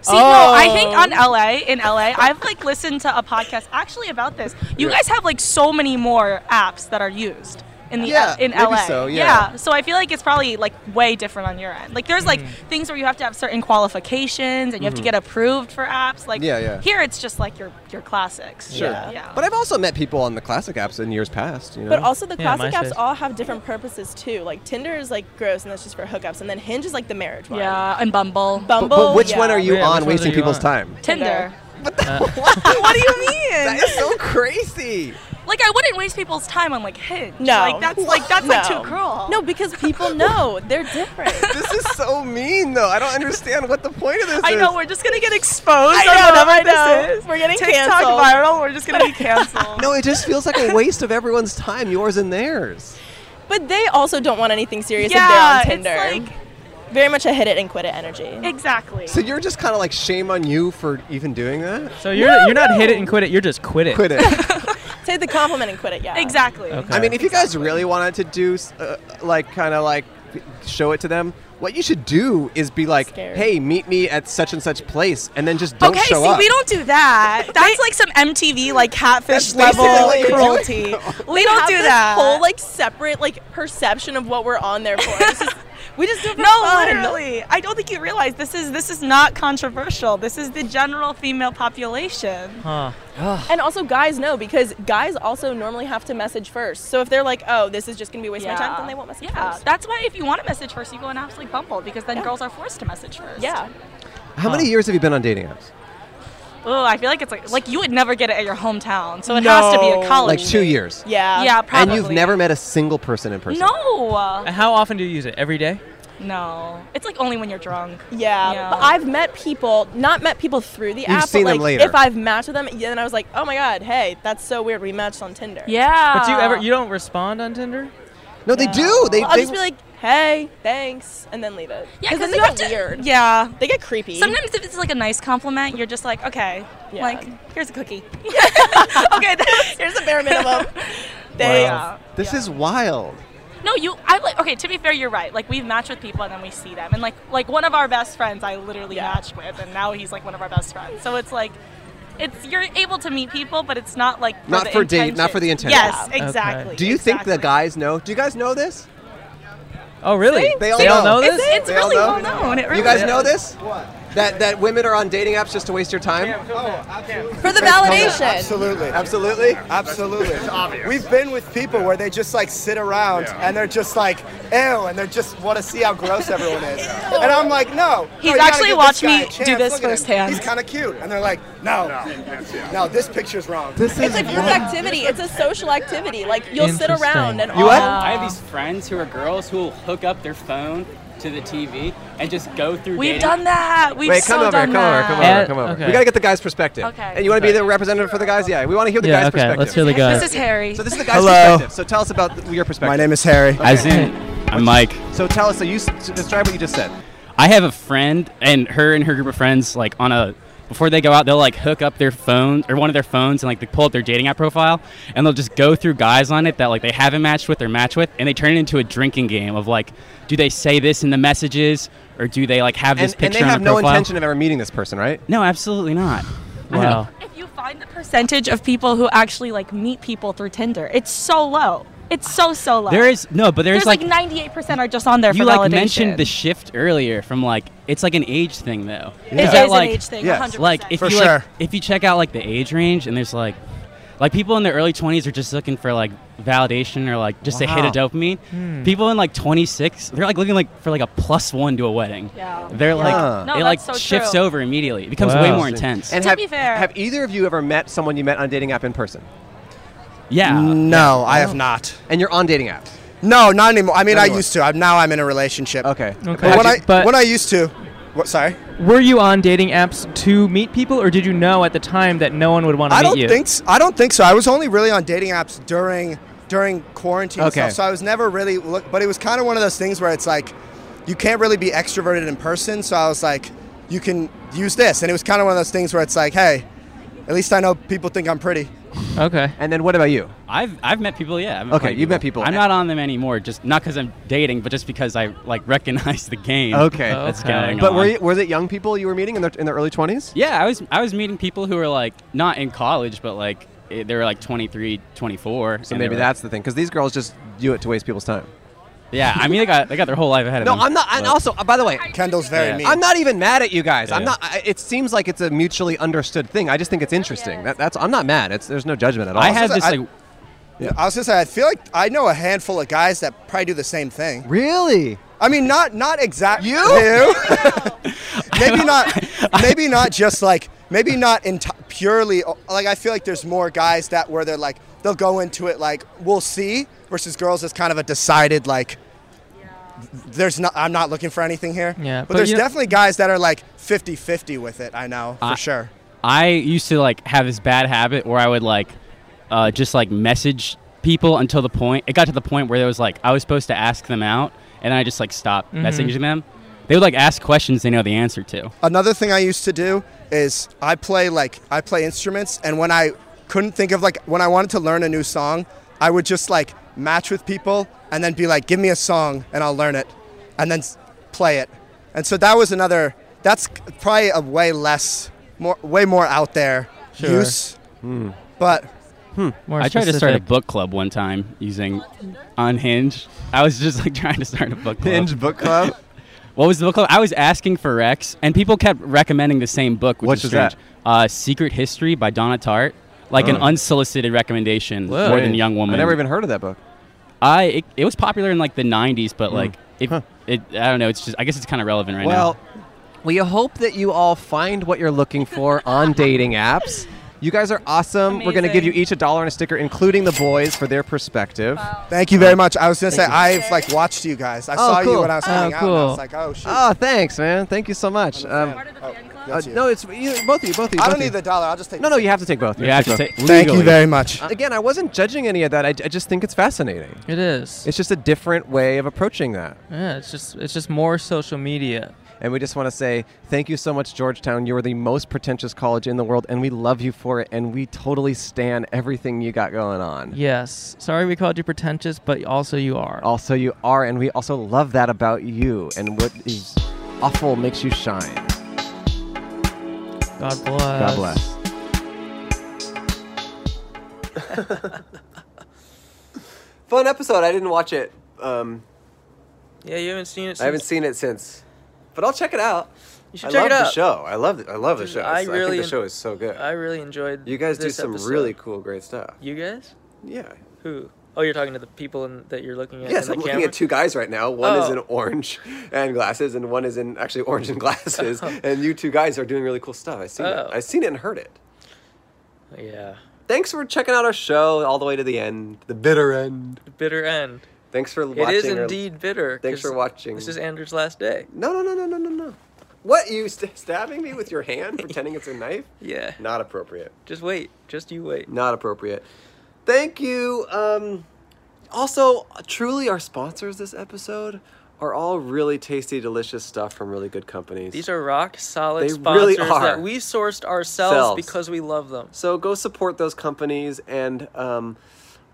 Speaker 11: See, no, I think on
Speaker 2: Oh.
Speaker 11: LA, in LA, I've like listened to a podcast actually about this. You guys have like so many more apps that are used in the
Speaker 2: Yeah,
Speaker 11: in
Speaker 2: maybe
Speaker 11: LA.
Speaker 2: so, yeah.
Speaker 11: So I feel like it's probably like way different on your end. Like there's like
Speaker 2: Mm-hmm.
Speaker 11: things where you have to have certain qualifications and you have to get approved for apps. Like
Speaker 2: Yeah, yeah.
Speaker 11: here it's just like your your classics.
Speaker 2: Sure.
Speaker 11: Yeah. yeah.
Speaker 2: But I've also met people on the classic apps in years past, you know?
Speaker 10: But also the
Speaker 4: Yeah,
Speaker 10: classic
Speaker 4: MySpace.
Speaker 10: apps all have different purposes too. Like Tinder is like gross and that's just for hookups, and then Hinge is like the marriage one.
Speaker 11: yeah, uh, and Bumble.
Speaker 2: but,
Speaker 10: Bumble.
Speaker 2: but which one
Speaker 10: yeah.
Speaker 2: are you
Speaker 4: Yeah, which
Speaker 2: on
Speaker 4: ones
Speaker 2: wasting
Speaker 4: are you
Speaker 2: people's
Speaker 4: on?
Speaker 2: time?
Speaker 11: Tinder.
Speaker 10: Uh,
Speaker 2: what do you mean? That is so crazy.
Speaker 11: Like I wouldn't waste people's time on like Hinge.
Speaker 10: No.
Speaker 11: Like that's like that's like
Speaker 10: No.
Speaker 11: too cruel.
Speaker 10: No, because people know they're different.
Speaker 2: this is so mean, though. I don't understand what the point of this
Speaker 11: I
Speaker 2: is.
Speaker 11: know we're just gonna get exposed
Speaker 10: I
Speaker 11: on
Speaker 10: know,
Speaker 11: whatever
Speaker 10: I know.
Speaker 11: this is.
Speaker 10: We're getting
Speaker 11: TikTok
Speaker 10: canceled.
Speaker 11: viral. We're just gonna be canceled.
Speaker 2: No, it just feels like a waste of everyone's time, yours and theirs.
Speaker 10: But they also don't want anything serious
Speaker 11: yeah,
Speaker 10: if
Speaker 11: it's
Speaker 10: they're on Tinder.
Speaker 11: like
Speaker 10: Very much a hit it and quit it energy.
Speaker 11: exactly.
Speaker 2: So you're just kind of like shame on you for even doing that.
Speaker 4: So you're you're not hit it and quit it. You're just quit it.
Speaker 2: Quit it.
Speaker 10: Take the compliment and quit it. Yeah.
Speaker 11: exactly.
Speaker 4: Okay.
Speaker 2: I mean, if you guys really wanted to do, s- uh, like, kind of like show it to them, what you should do is be like,
Speaker 10: Scared.
Speaker 2: "Hey, meet me at such and such place," and then just don't
Speaker 11: okay,
Speaker 2: show
Speaker 11: see,
Speaker 2: up.
Speaker 11: we don't do that. That's like some MTV like catfish
Speaker 2: That's basically what
Speaker 11: level
Speaker 2: you're
Speaker 11: cruelty.
Speaker 2: doing.
Speaker 11: We don't
Speaker 10: Have
Speaker 11: do
Speaker 10: this
Speaker 11: that.
Speaker 10: Whole like separate like perception of what we're on there for. It's just- we just do it for
Speaker 11: no,
Speaker 10: fun.
Speaker 11: literally. I don't think you realize this is this is not controversial. This is the general female population.
Speaker 4: Huh.
Speaker 10: And also, guys know because guys also normally have to message first. So if they're like, "Oh, this is just gonna be a waste of my time," then they won't message
Speaker 11: Yeah,
Speaker 10: first.
Speaker 11: that's why if you want to message first, you go on apps like Bumble because then girls are forced to message first.
Speaker 10: yeah.
Speaker 2: How many years have you been on dating apps?
Speaker 11: Oh, I feel like it's like like you would never get it at your hometown, so it has to be a
Speaker 10: No.
Speaker 11: college.
Speaker 2: Like two
Speaker 11: thing.
Speaker 2: years.
Speaker 10: Yeah.
Speaker 11: Yeah,
Speaker 2: And
Speaker 11: probably.
Speaker 2: you've never met a single person in person.
Speaker 11: No.
Speaker 4: How often do you use it? Every day?
Speaker 11: No, it's like only when you're drunk.
Speaker 10: Yeah,
Speaker 11: Yeah.
Speaker 10: but I've met people, not met people through the
Speaker 11: You've
Speaker 10: app,
Speaker 11: seen
Speaker 10: but
Speaker 11: them
Speaker 10: like
Speaker 11: later.
Speaker 10: if I've matched with them, yeah, then I was like, oh my god, hey, that's so weird. We matched on Tinder.
Speaker 4: But do you ever you don't respond on Tinder?
Speaker 2: No, they do. They-
Speaker 10: I'll
Speaker 4: they-
Speaker 10: just be like, hey, thanks, and then leave it.
Speaker 11: Yeah,
Speaker 10: because
Speaker 11: 'cause
Speaker 10: then they
Speaker 11: you have
Speaker 10: get
Speaker 11: to-
Speaker 10: weird.
Speaker 11: yeah.
Speaker 10: they get creepy.
Speaker 11: Sometimes if it's like a nice compliment, you're just like, okay, like here's a cookie. okay,
Speaker 10: here's the bare minimum.
Speaker 11: They, uh,
Speaker 6: Wow. This is wild.
Speaker 11: No, you. I like. Okay, to be fair, you're right. Like we've matched with people and then we see them, and like like one of our best friends, I literally matched with, and now he's like one of our best friends. So it's like, it's you're able to meet people, but it's not like for
Speaker 2: Not
Speaker 11: the
Speaker 2: for date, not
Speaker 11: intention.
Speaker 2: for the intent.
Speaker 11: Yes, exactly.
Speaker 2: Do you think the guys know? Do you guys know this?
Speaker 4: Oh, really?
Speaker 11: See?
Speaker 2: They all
Speaker 11: They
Speaker 2: know.
Speaker 11: all know this? It's- it's
Speaker 2: They all
Speaker 11: really
Speaker 2: know?
Speaker 11: well known, Oh, it
Speaker 2: you
Speaker 11: really
Speaker 2: guys
Speaker 11: is.
Speaker 2: know this? That that women are on dating apps just to waste your time?
Speaker 11: Oh,
Speaker 12: For
Speaker 13: the validation.
Speaker 12: Absolutely. Absolutely. Absolutely.
Speaker 13: It's obvious.
Speaker 12: We've been with people where they just like sit around
Speaker 13: Yeah.
Speaker 12: and they're just like, ew, and they just want to see how gross everyone is. and I'm like, no. no,
Speaker 11: He's
Speaker 12: you gotta
Speaker 11: actually
Speaker 12: give
Speaker 11: watched
Speaker 12: this guy
Speaker 11: me
Speaker 12: a
Speaker 11: do
Speaker 12: chance.
Speaker 11: this
Speaker 12: Look at him.
Speaker 11: firsthand.
Speaker 12: He's kind of cute. And they're like, no. No, this picture's wrong.
Speaker 10: it's a group activity. It's a social activity. Like you'll sit
Speaker 12: Interesting.
Speaker 10: around and
Speaker 12: You what?
Speaker 10: all.
Speaker 14: I have these friends who are girls who will hook up their phone to the TV and just go through.
Speaker 11: We've
Speaker 14: dating.
Speaker 11: done that. We've
Speaker 2: Wait,
Speaker 11: so
Speaker 2: come over,
Speaker 11: done
Speaker 2: come
Speaker 11: that.
Speaker 2: over, come over,
Speaker 4: that.
Speaker 2: come over.
Speaker 4: Okay.
Speaker 2: We gotta get the guys' perspective.
Speaker 11: Okay.
Speaker 2: And you want to be the representative for the guys? Yeah, we want to hear the
Speaker 4: Yeah,
Speaker 2: guys'
Speaker 4: okay,
Speaker 2: perspective.
Speaker 4: let's hear the guys.
Speaker 11: This is Harry.
Speaker 2: So this is the guys'
Speaker 6: Hello.
Speaker 2: perspective. So tell us about th- your perspective.
Speaker 6: My name is Harry. As in, I'm Mike.
Speaker 2: So tell us. So you s- so describe what you just said.
Speaker 14: I have a friend, and her and her group of friends, like on a before they go out, they'll like hook up their phone or one of their phones and like they pull up their dating app profile, and they'll just go through guys on it that like they haven't matched with or match with, and they turn it into a drinking game of like, do they say this in the messages or do they like have this
Speaker 2: And, and
Speaker 14: picture
Speaker 2: they
Speaker 14: on
Speaker 2: have
Speaker 14: the
Speaker 2: no
Speaker 14: profile?
Speaker 2: intention of ever meeting this person, right?
Speaker 14: No, absolutely not.
Speaker 2: Wow.
Speaker 11: If you find the percentage of people who actually like meet people through Tinder, it's so low. It's so so low.
Speaker 14: There is no, but there's,
Speaker 11: like 98% are just on there
Speaker 14: you
Speaker 11: for
Speaker 14: like
Speaker 11: validation.
Speaker 14: mentioned the shift earlier from like it's like an age thing though.
Speaker 11: It is an age thing, Yes. 100%.
Speaker 14: Like if
Speaker 11: For
Speaker 14: you
Speaker 11: sure.
Speaker 14: like, if you check out like the age range and there's like like people in their early 20s are just looking for like validation or like just a hit of
Speaker 4: Wow.
Speaker 14: dopamine.
Speaker 4: Hmm.
Speaker 14: People in like 26, they're like looking like for like a plus one to a wedding.
Speaker 11: Yeah.
Speaker 14: They're like
Speaker 2: Yeah. No,
Speaker 14: it like
Speaker 11: that's so
Speaker 14: shifts
Speaker 11: true.
Speaker 14: over immediately. It becomes way more intense.
Speaker 2: And
Speaker 11: To
Speaker 2: have,
Speaker 11: be fair-
Speaker 2: have either of you ever met someone you met on a dating app in person?
Speaker 14: Yeah.
Speaker 12: No, I have not.
Speaker 2: And you're on dating apps?
Speaker 12: No, not anymore. I mean,
Speaker 2: Not
Speaker 12: I
Speaker 2: anymore.
Speaker 12: used to. I'm now I'm in a relationship.
Speaker 2: Okay.
Speaker 12: But
Speaker 4: Have
Speaker 12: when
Speaker 4: you-
Speaker 12: I
Speaker 4: but-
Speaker 12: when I used to, what? Sorry.
Speaker 4: Were you on dating apps to meet people, or did you know at the time that no one would want to
Speaker 12: I
Speaker 4: meet
Speaker 12: don't
Speaker 4: you?
Speaker 12: think so. I don't think so. I was only really on dating apps during during quarantine and
Speaker 4: Okay.
Speaker 12: stuff, so I was never really look. But it was kind of one of those things where it's like you can't really be extroverted in person. So I was like, you can use this, and it was kind of one of those things where it's like, hey, at least I know people think I'm pretty.
Speaker 4: Okay.
Speaker 2: And then what about you?
Speaker 14: I've I've met people, yeah. I've
Speaker 2: Okay,
Speaker 14: quite a
Speaker 2: you've
Speaker 14: few.
Speaker 2: met people.
Speaker 14: I'm not on them anymore, just not because I'm dating, but just because I like recognize the game.
Speaker 2: Okay.
Speaker 14: that's going
Speaker 2: But
Speaker 14: on.
Speaker 2: were you, was it young people you were meeting in their in their early 20s?
Speaker 14: Yeah, I was I was meeting people who were like not in college, but like eh, they were like 23, 24.
Speaker 2: So
Speaker 14: and they
Speaker 2: maybe
Speaker 14: were-
Speaker 2: that's the thing, because these girls just do it to waste people's time.
Speaker 14: Yeah, I mean they got they got their whole life ahead
Speaker 2: No,
Speaker 14: of them.
Speaker 2: I'm not. And
Speaker 14: but-
Speaker 2: also, uh, by the way,
Speaker 12: Kendall's very
Speaker 14: Yeah.
Speaker 12: mean.
Speaker 2: I'm not even mad at you guys. I'm
Speaker 14: Yeah.
Speaker 2: not. I, it seems like it's a mutually understood thing. I just
Speaker 12: Oh,
Speaker 2: think it's interesting. That, that's. I'm not mad. It's there's no judgment at all. Yeah.
Speaker 12: I was gonna say, I feel like I know a handful of guys that probably do the same thing.
Speaker 2: Really?
Speaker 12: I mean, not not exactly you. maybe not. Maybe not just like maybe not enti- purely like I feel like there's more guys that where they're like they'll go into it like we'll see versus girls is kind of a decided like there's not I'm not looking for anything here.
Speaker 14: Yeah,
Speaker 12: But,
Speaker 14: but
Speaker 12: there's
Speaker 14: you know-
Speaker 12: definitely guys that are like 50-50 with it. I know for
Speaker 14: I-
Speaker 12: sure.
Speaker 14: I used to like have this bad habit where I would like uh, just like message people until the point it got to the point where there was like I was supposed to ask them out and I just like stopped
Speaker 12: Mhm.
Speaker 14: messaging them. They would like ask questions they know the answer to.
Speaker 12: Another thing I used to do is I play like I play instruments, and when I couldn't think of like when I wanted to learn a new song, I would just like match with people and then be like, "Give me a song, and I'll learn it," and then s- play it. And so that was another. That's probably a way less, more way more out there
Speaker 14: Sure.
Speaker 12: use,
Speaker 14: Hmm.
Speaker 12: but.
Speaker 2: Hmm.
Speaker 4: More
Speaker 14: I tried to start a
Speaker 4: specific.
Speaker 14: book club one time using Unhinge. I was just like trying to start a book club.
Speaker 2: Hinge book club?
Speaker 14: what was the book club? I was asking for Rex, and people kept recommending the same book, which
Speaker 2: Which
Speaker 14: is
Speaker 2: was that?
Speaker 14: strange. Uh, Secret History by Donna Tartt, like an
Speaker 2: Oh.
Speaker 14: unsolicited recommendation
Speaker 2: Whoa.
Speaker 14: more than young woman.
Speaker 2: I never even heard of that book.
Speaker 14: I it, it was popular in like the '90s, but
Speaker 2: Hmm.
Speaker 14: like it, it I don't know. It's just I guess it's kind of relevant right now.
Speaker 2: well, we hope that you all find what you're looking for on dating apps. You guys are awesome. We're going to give you
Speaker 12: Amazing.
Speaker 2: each a dollar and a sticker, including the boys, for their perspective.
Speaker 12: Thank you very much. I was gonna
Speaker 2: Oh. Thank
Speaker 12: say
Speaker 2: you.
Speaker 12: I've like watched you guys. I
Speaker 2: Oh,
Speaker 12: saw you
Speaker 2: cool.
Speaker 12: when I was
Speaker 2: Oh,
Speaker 12: coming out. And I
Speaker 2: cool.
Speaker 12: was like, oh shoot. Oh,
Speaker 2: Oh, thanks, man. Thank you so much. Um,
Speaker 12: That's
Speaker 2: uh,
Speaker 12: you.
Speaker 2: no, it's you, both of you. Both of you.
Speaker 12: I
Speaker 2: both
Speaker 12: don't
Speaker 2: of you.
Speaker 12: need the dollar. I'll just take.
Speaker 2: No, no, you have to take both.
Speaker 12: You have
Speaker 2: both.
Speaker 12: to take- Thank you legally. very much.
Speaker 2: Uh, Again, I wasn't judging any of that. I, I just think it's fascinating.
Speaker 4: It is.
Speaker 2: It's just a different way of approaching that.
Speaker 4: Yeah, it's just it's just more social media.
Speaker 2: And we just want to say thank you so much, Georgetown. You are the most pretentious college in the world, and we love you for it. And we totally stand everything you got going on.
Speaker 4: Yes. Sorry we called you pretentious, but also you are.
Speaker 2: Also, you are, and we also love that about you. And what is awful makes you shine.
Speaker 4: God bless.
Speaker 2: God bless. Fun episode. I didn't watch it. Um,
Speaker 1: Yeah, you haven't seen it.
Speaker 2: I haven't
Speaker 1: since-
Speaker 2: seen it since, but I'll check it out.
Speaker 1: You should
Speaker 2: I
Speaker 1: check
Speaker 2: love
Speaker 1: it out.
Speaker 2: the show. I love it. I love the
Speaker 1: Dude,
Speaker 2: show.
Speaker 1: I
Speaker 2: I,
Speaker 1: really
Speaker 2: think the
Speaker 1: en-
Speaker 2: show is so good.
Speaker 1: I really enjoyed.
Speaker 2: you guys do
Speaker 1: this
Speaker 2: some
Speaker 1: episode.
Speaker 2: really cool, great stuff.
Speaker 1: You guys?
Speaker 2: Yeah.
Speaker 1: Who? Oh, you're talking to the people in, that you're looking at.
Speaker 2: Yes,
Speaker 1: in
Speaker 2: I'm
Speaker 1: the
Speaker 2: looking
Speaker 1: camera?
Speaker 2: at two guys right now. One is
Speaker 1: Oh.
Speaker 2: in orange and glasses, and one is in actually orange and glasses. and you two guys are doing really cool stuff. I seen
Speaker 1: Oh.
Speaker 2: it. I seen it and heard it.
Speaker 1: Yeah.
Speaker 2: Thanks for checking out our show all the way to the end, the bitter end.
Speaker 1: Bitter end.
Speaker 2: Thanks for
Speaker 1: It
Speaker 2: watching.
Speaker 1: is
Speaker 2: or-
Speaker 1: indeed bitter.
Speaker 2: Thanks
Speaker 1: 'cause
Speaker 2: for watching.
Speaker 1: This is Andrew's last day.
Speaker 2: No, no, no, no, no, no, no. What you st- stabbing me with your hand, pretending it's a knife?
Speaker 1: Yeah.
Speaker 2: Not appropriate.
Speaker 1: Just wait. Just you wait.
Speaker 2: Not appropriate. Thank you. Um, also, truly, our sponsors this episode are all really tasty, delicious stuff from really good companies.
Speaker 1: These are rock solid
Speaker 2: They really
Speaker 1: sponsors
Speaker 2: are.
Speaker 1: that we sourced ourselves
Speaker 2: Selves.
Speaker 1: because we love them.
Speaker 2: So go support those companies and um,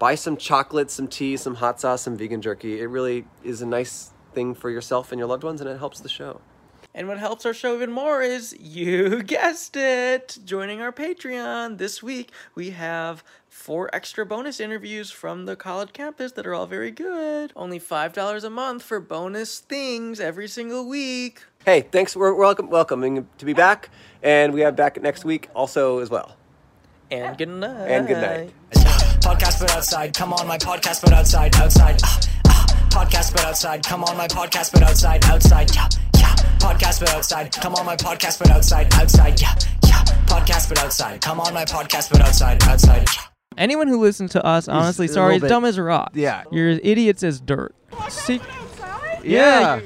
Speaker 2: buy some chocolate, some tea, some hot sauce, some vegan jerky. It really is a nice thing for yourself and your loved ones, and it helps the show.
Speaker 1: And what helps our show even more is you guessed it, joining our Patreon. This week we have four extra bonus interviews from the college campus that are all very good. Only $5 a month for bonus things every single week.
Speaker 2: Hey, thanks. We're welcome, welcoming to be back, and we have back next week also as well.
Speaker 1: And good night.
Speaker 2: And good night.
Speaker 3: Podcast but outside, come on my podcast but outside, outside. Ah, ah. Podcast but outside, come on my podcast but outside, outside. Yeah, yeah. Podcast but outside, come on my podcast but outside, outside. Yeah, yeah. Podcast but outside, come on my podcast but outside, outside. Yeah.
Speaker 4: Anyone who listens to us, honestly,
Speaker 1: a
Speaker 4: sorry,
Speaker 1: little bit-
Speaker 4: dumb as rocks.
Speaker 1: yeah.
Speaker 4: You're as idiots as dirt. See-
Speaker 1: Yeah.
Speaker 4: yeah.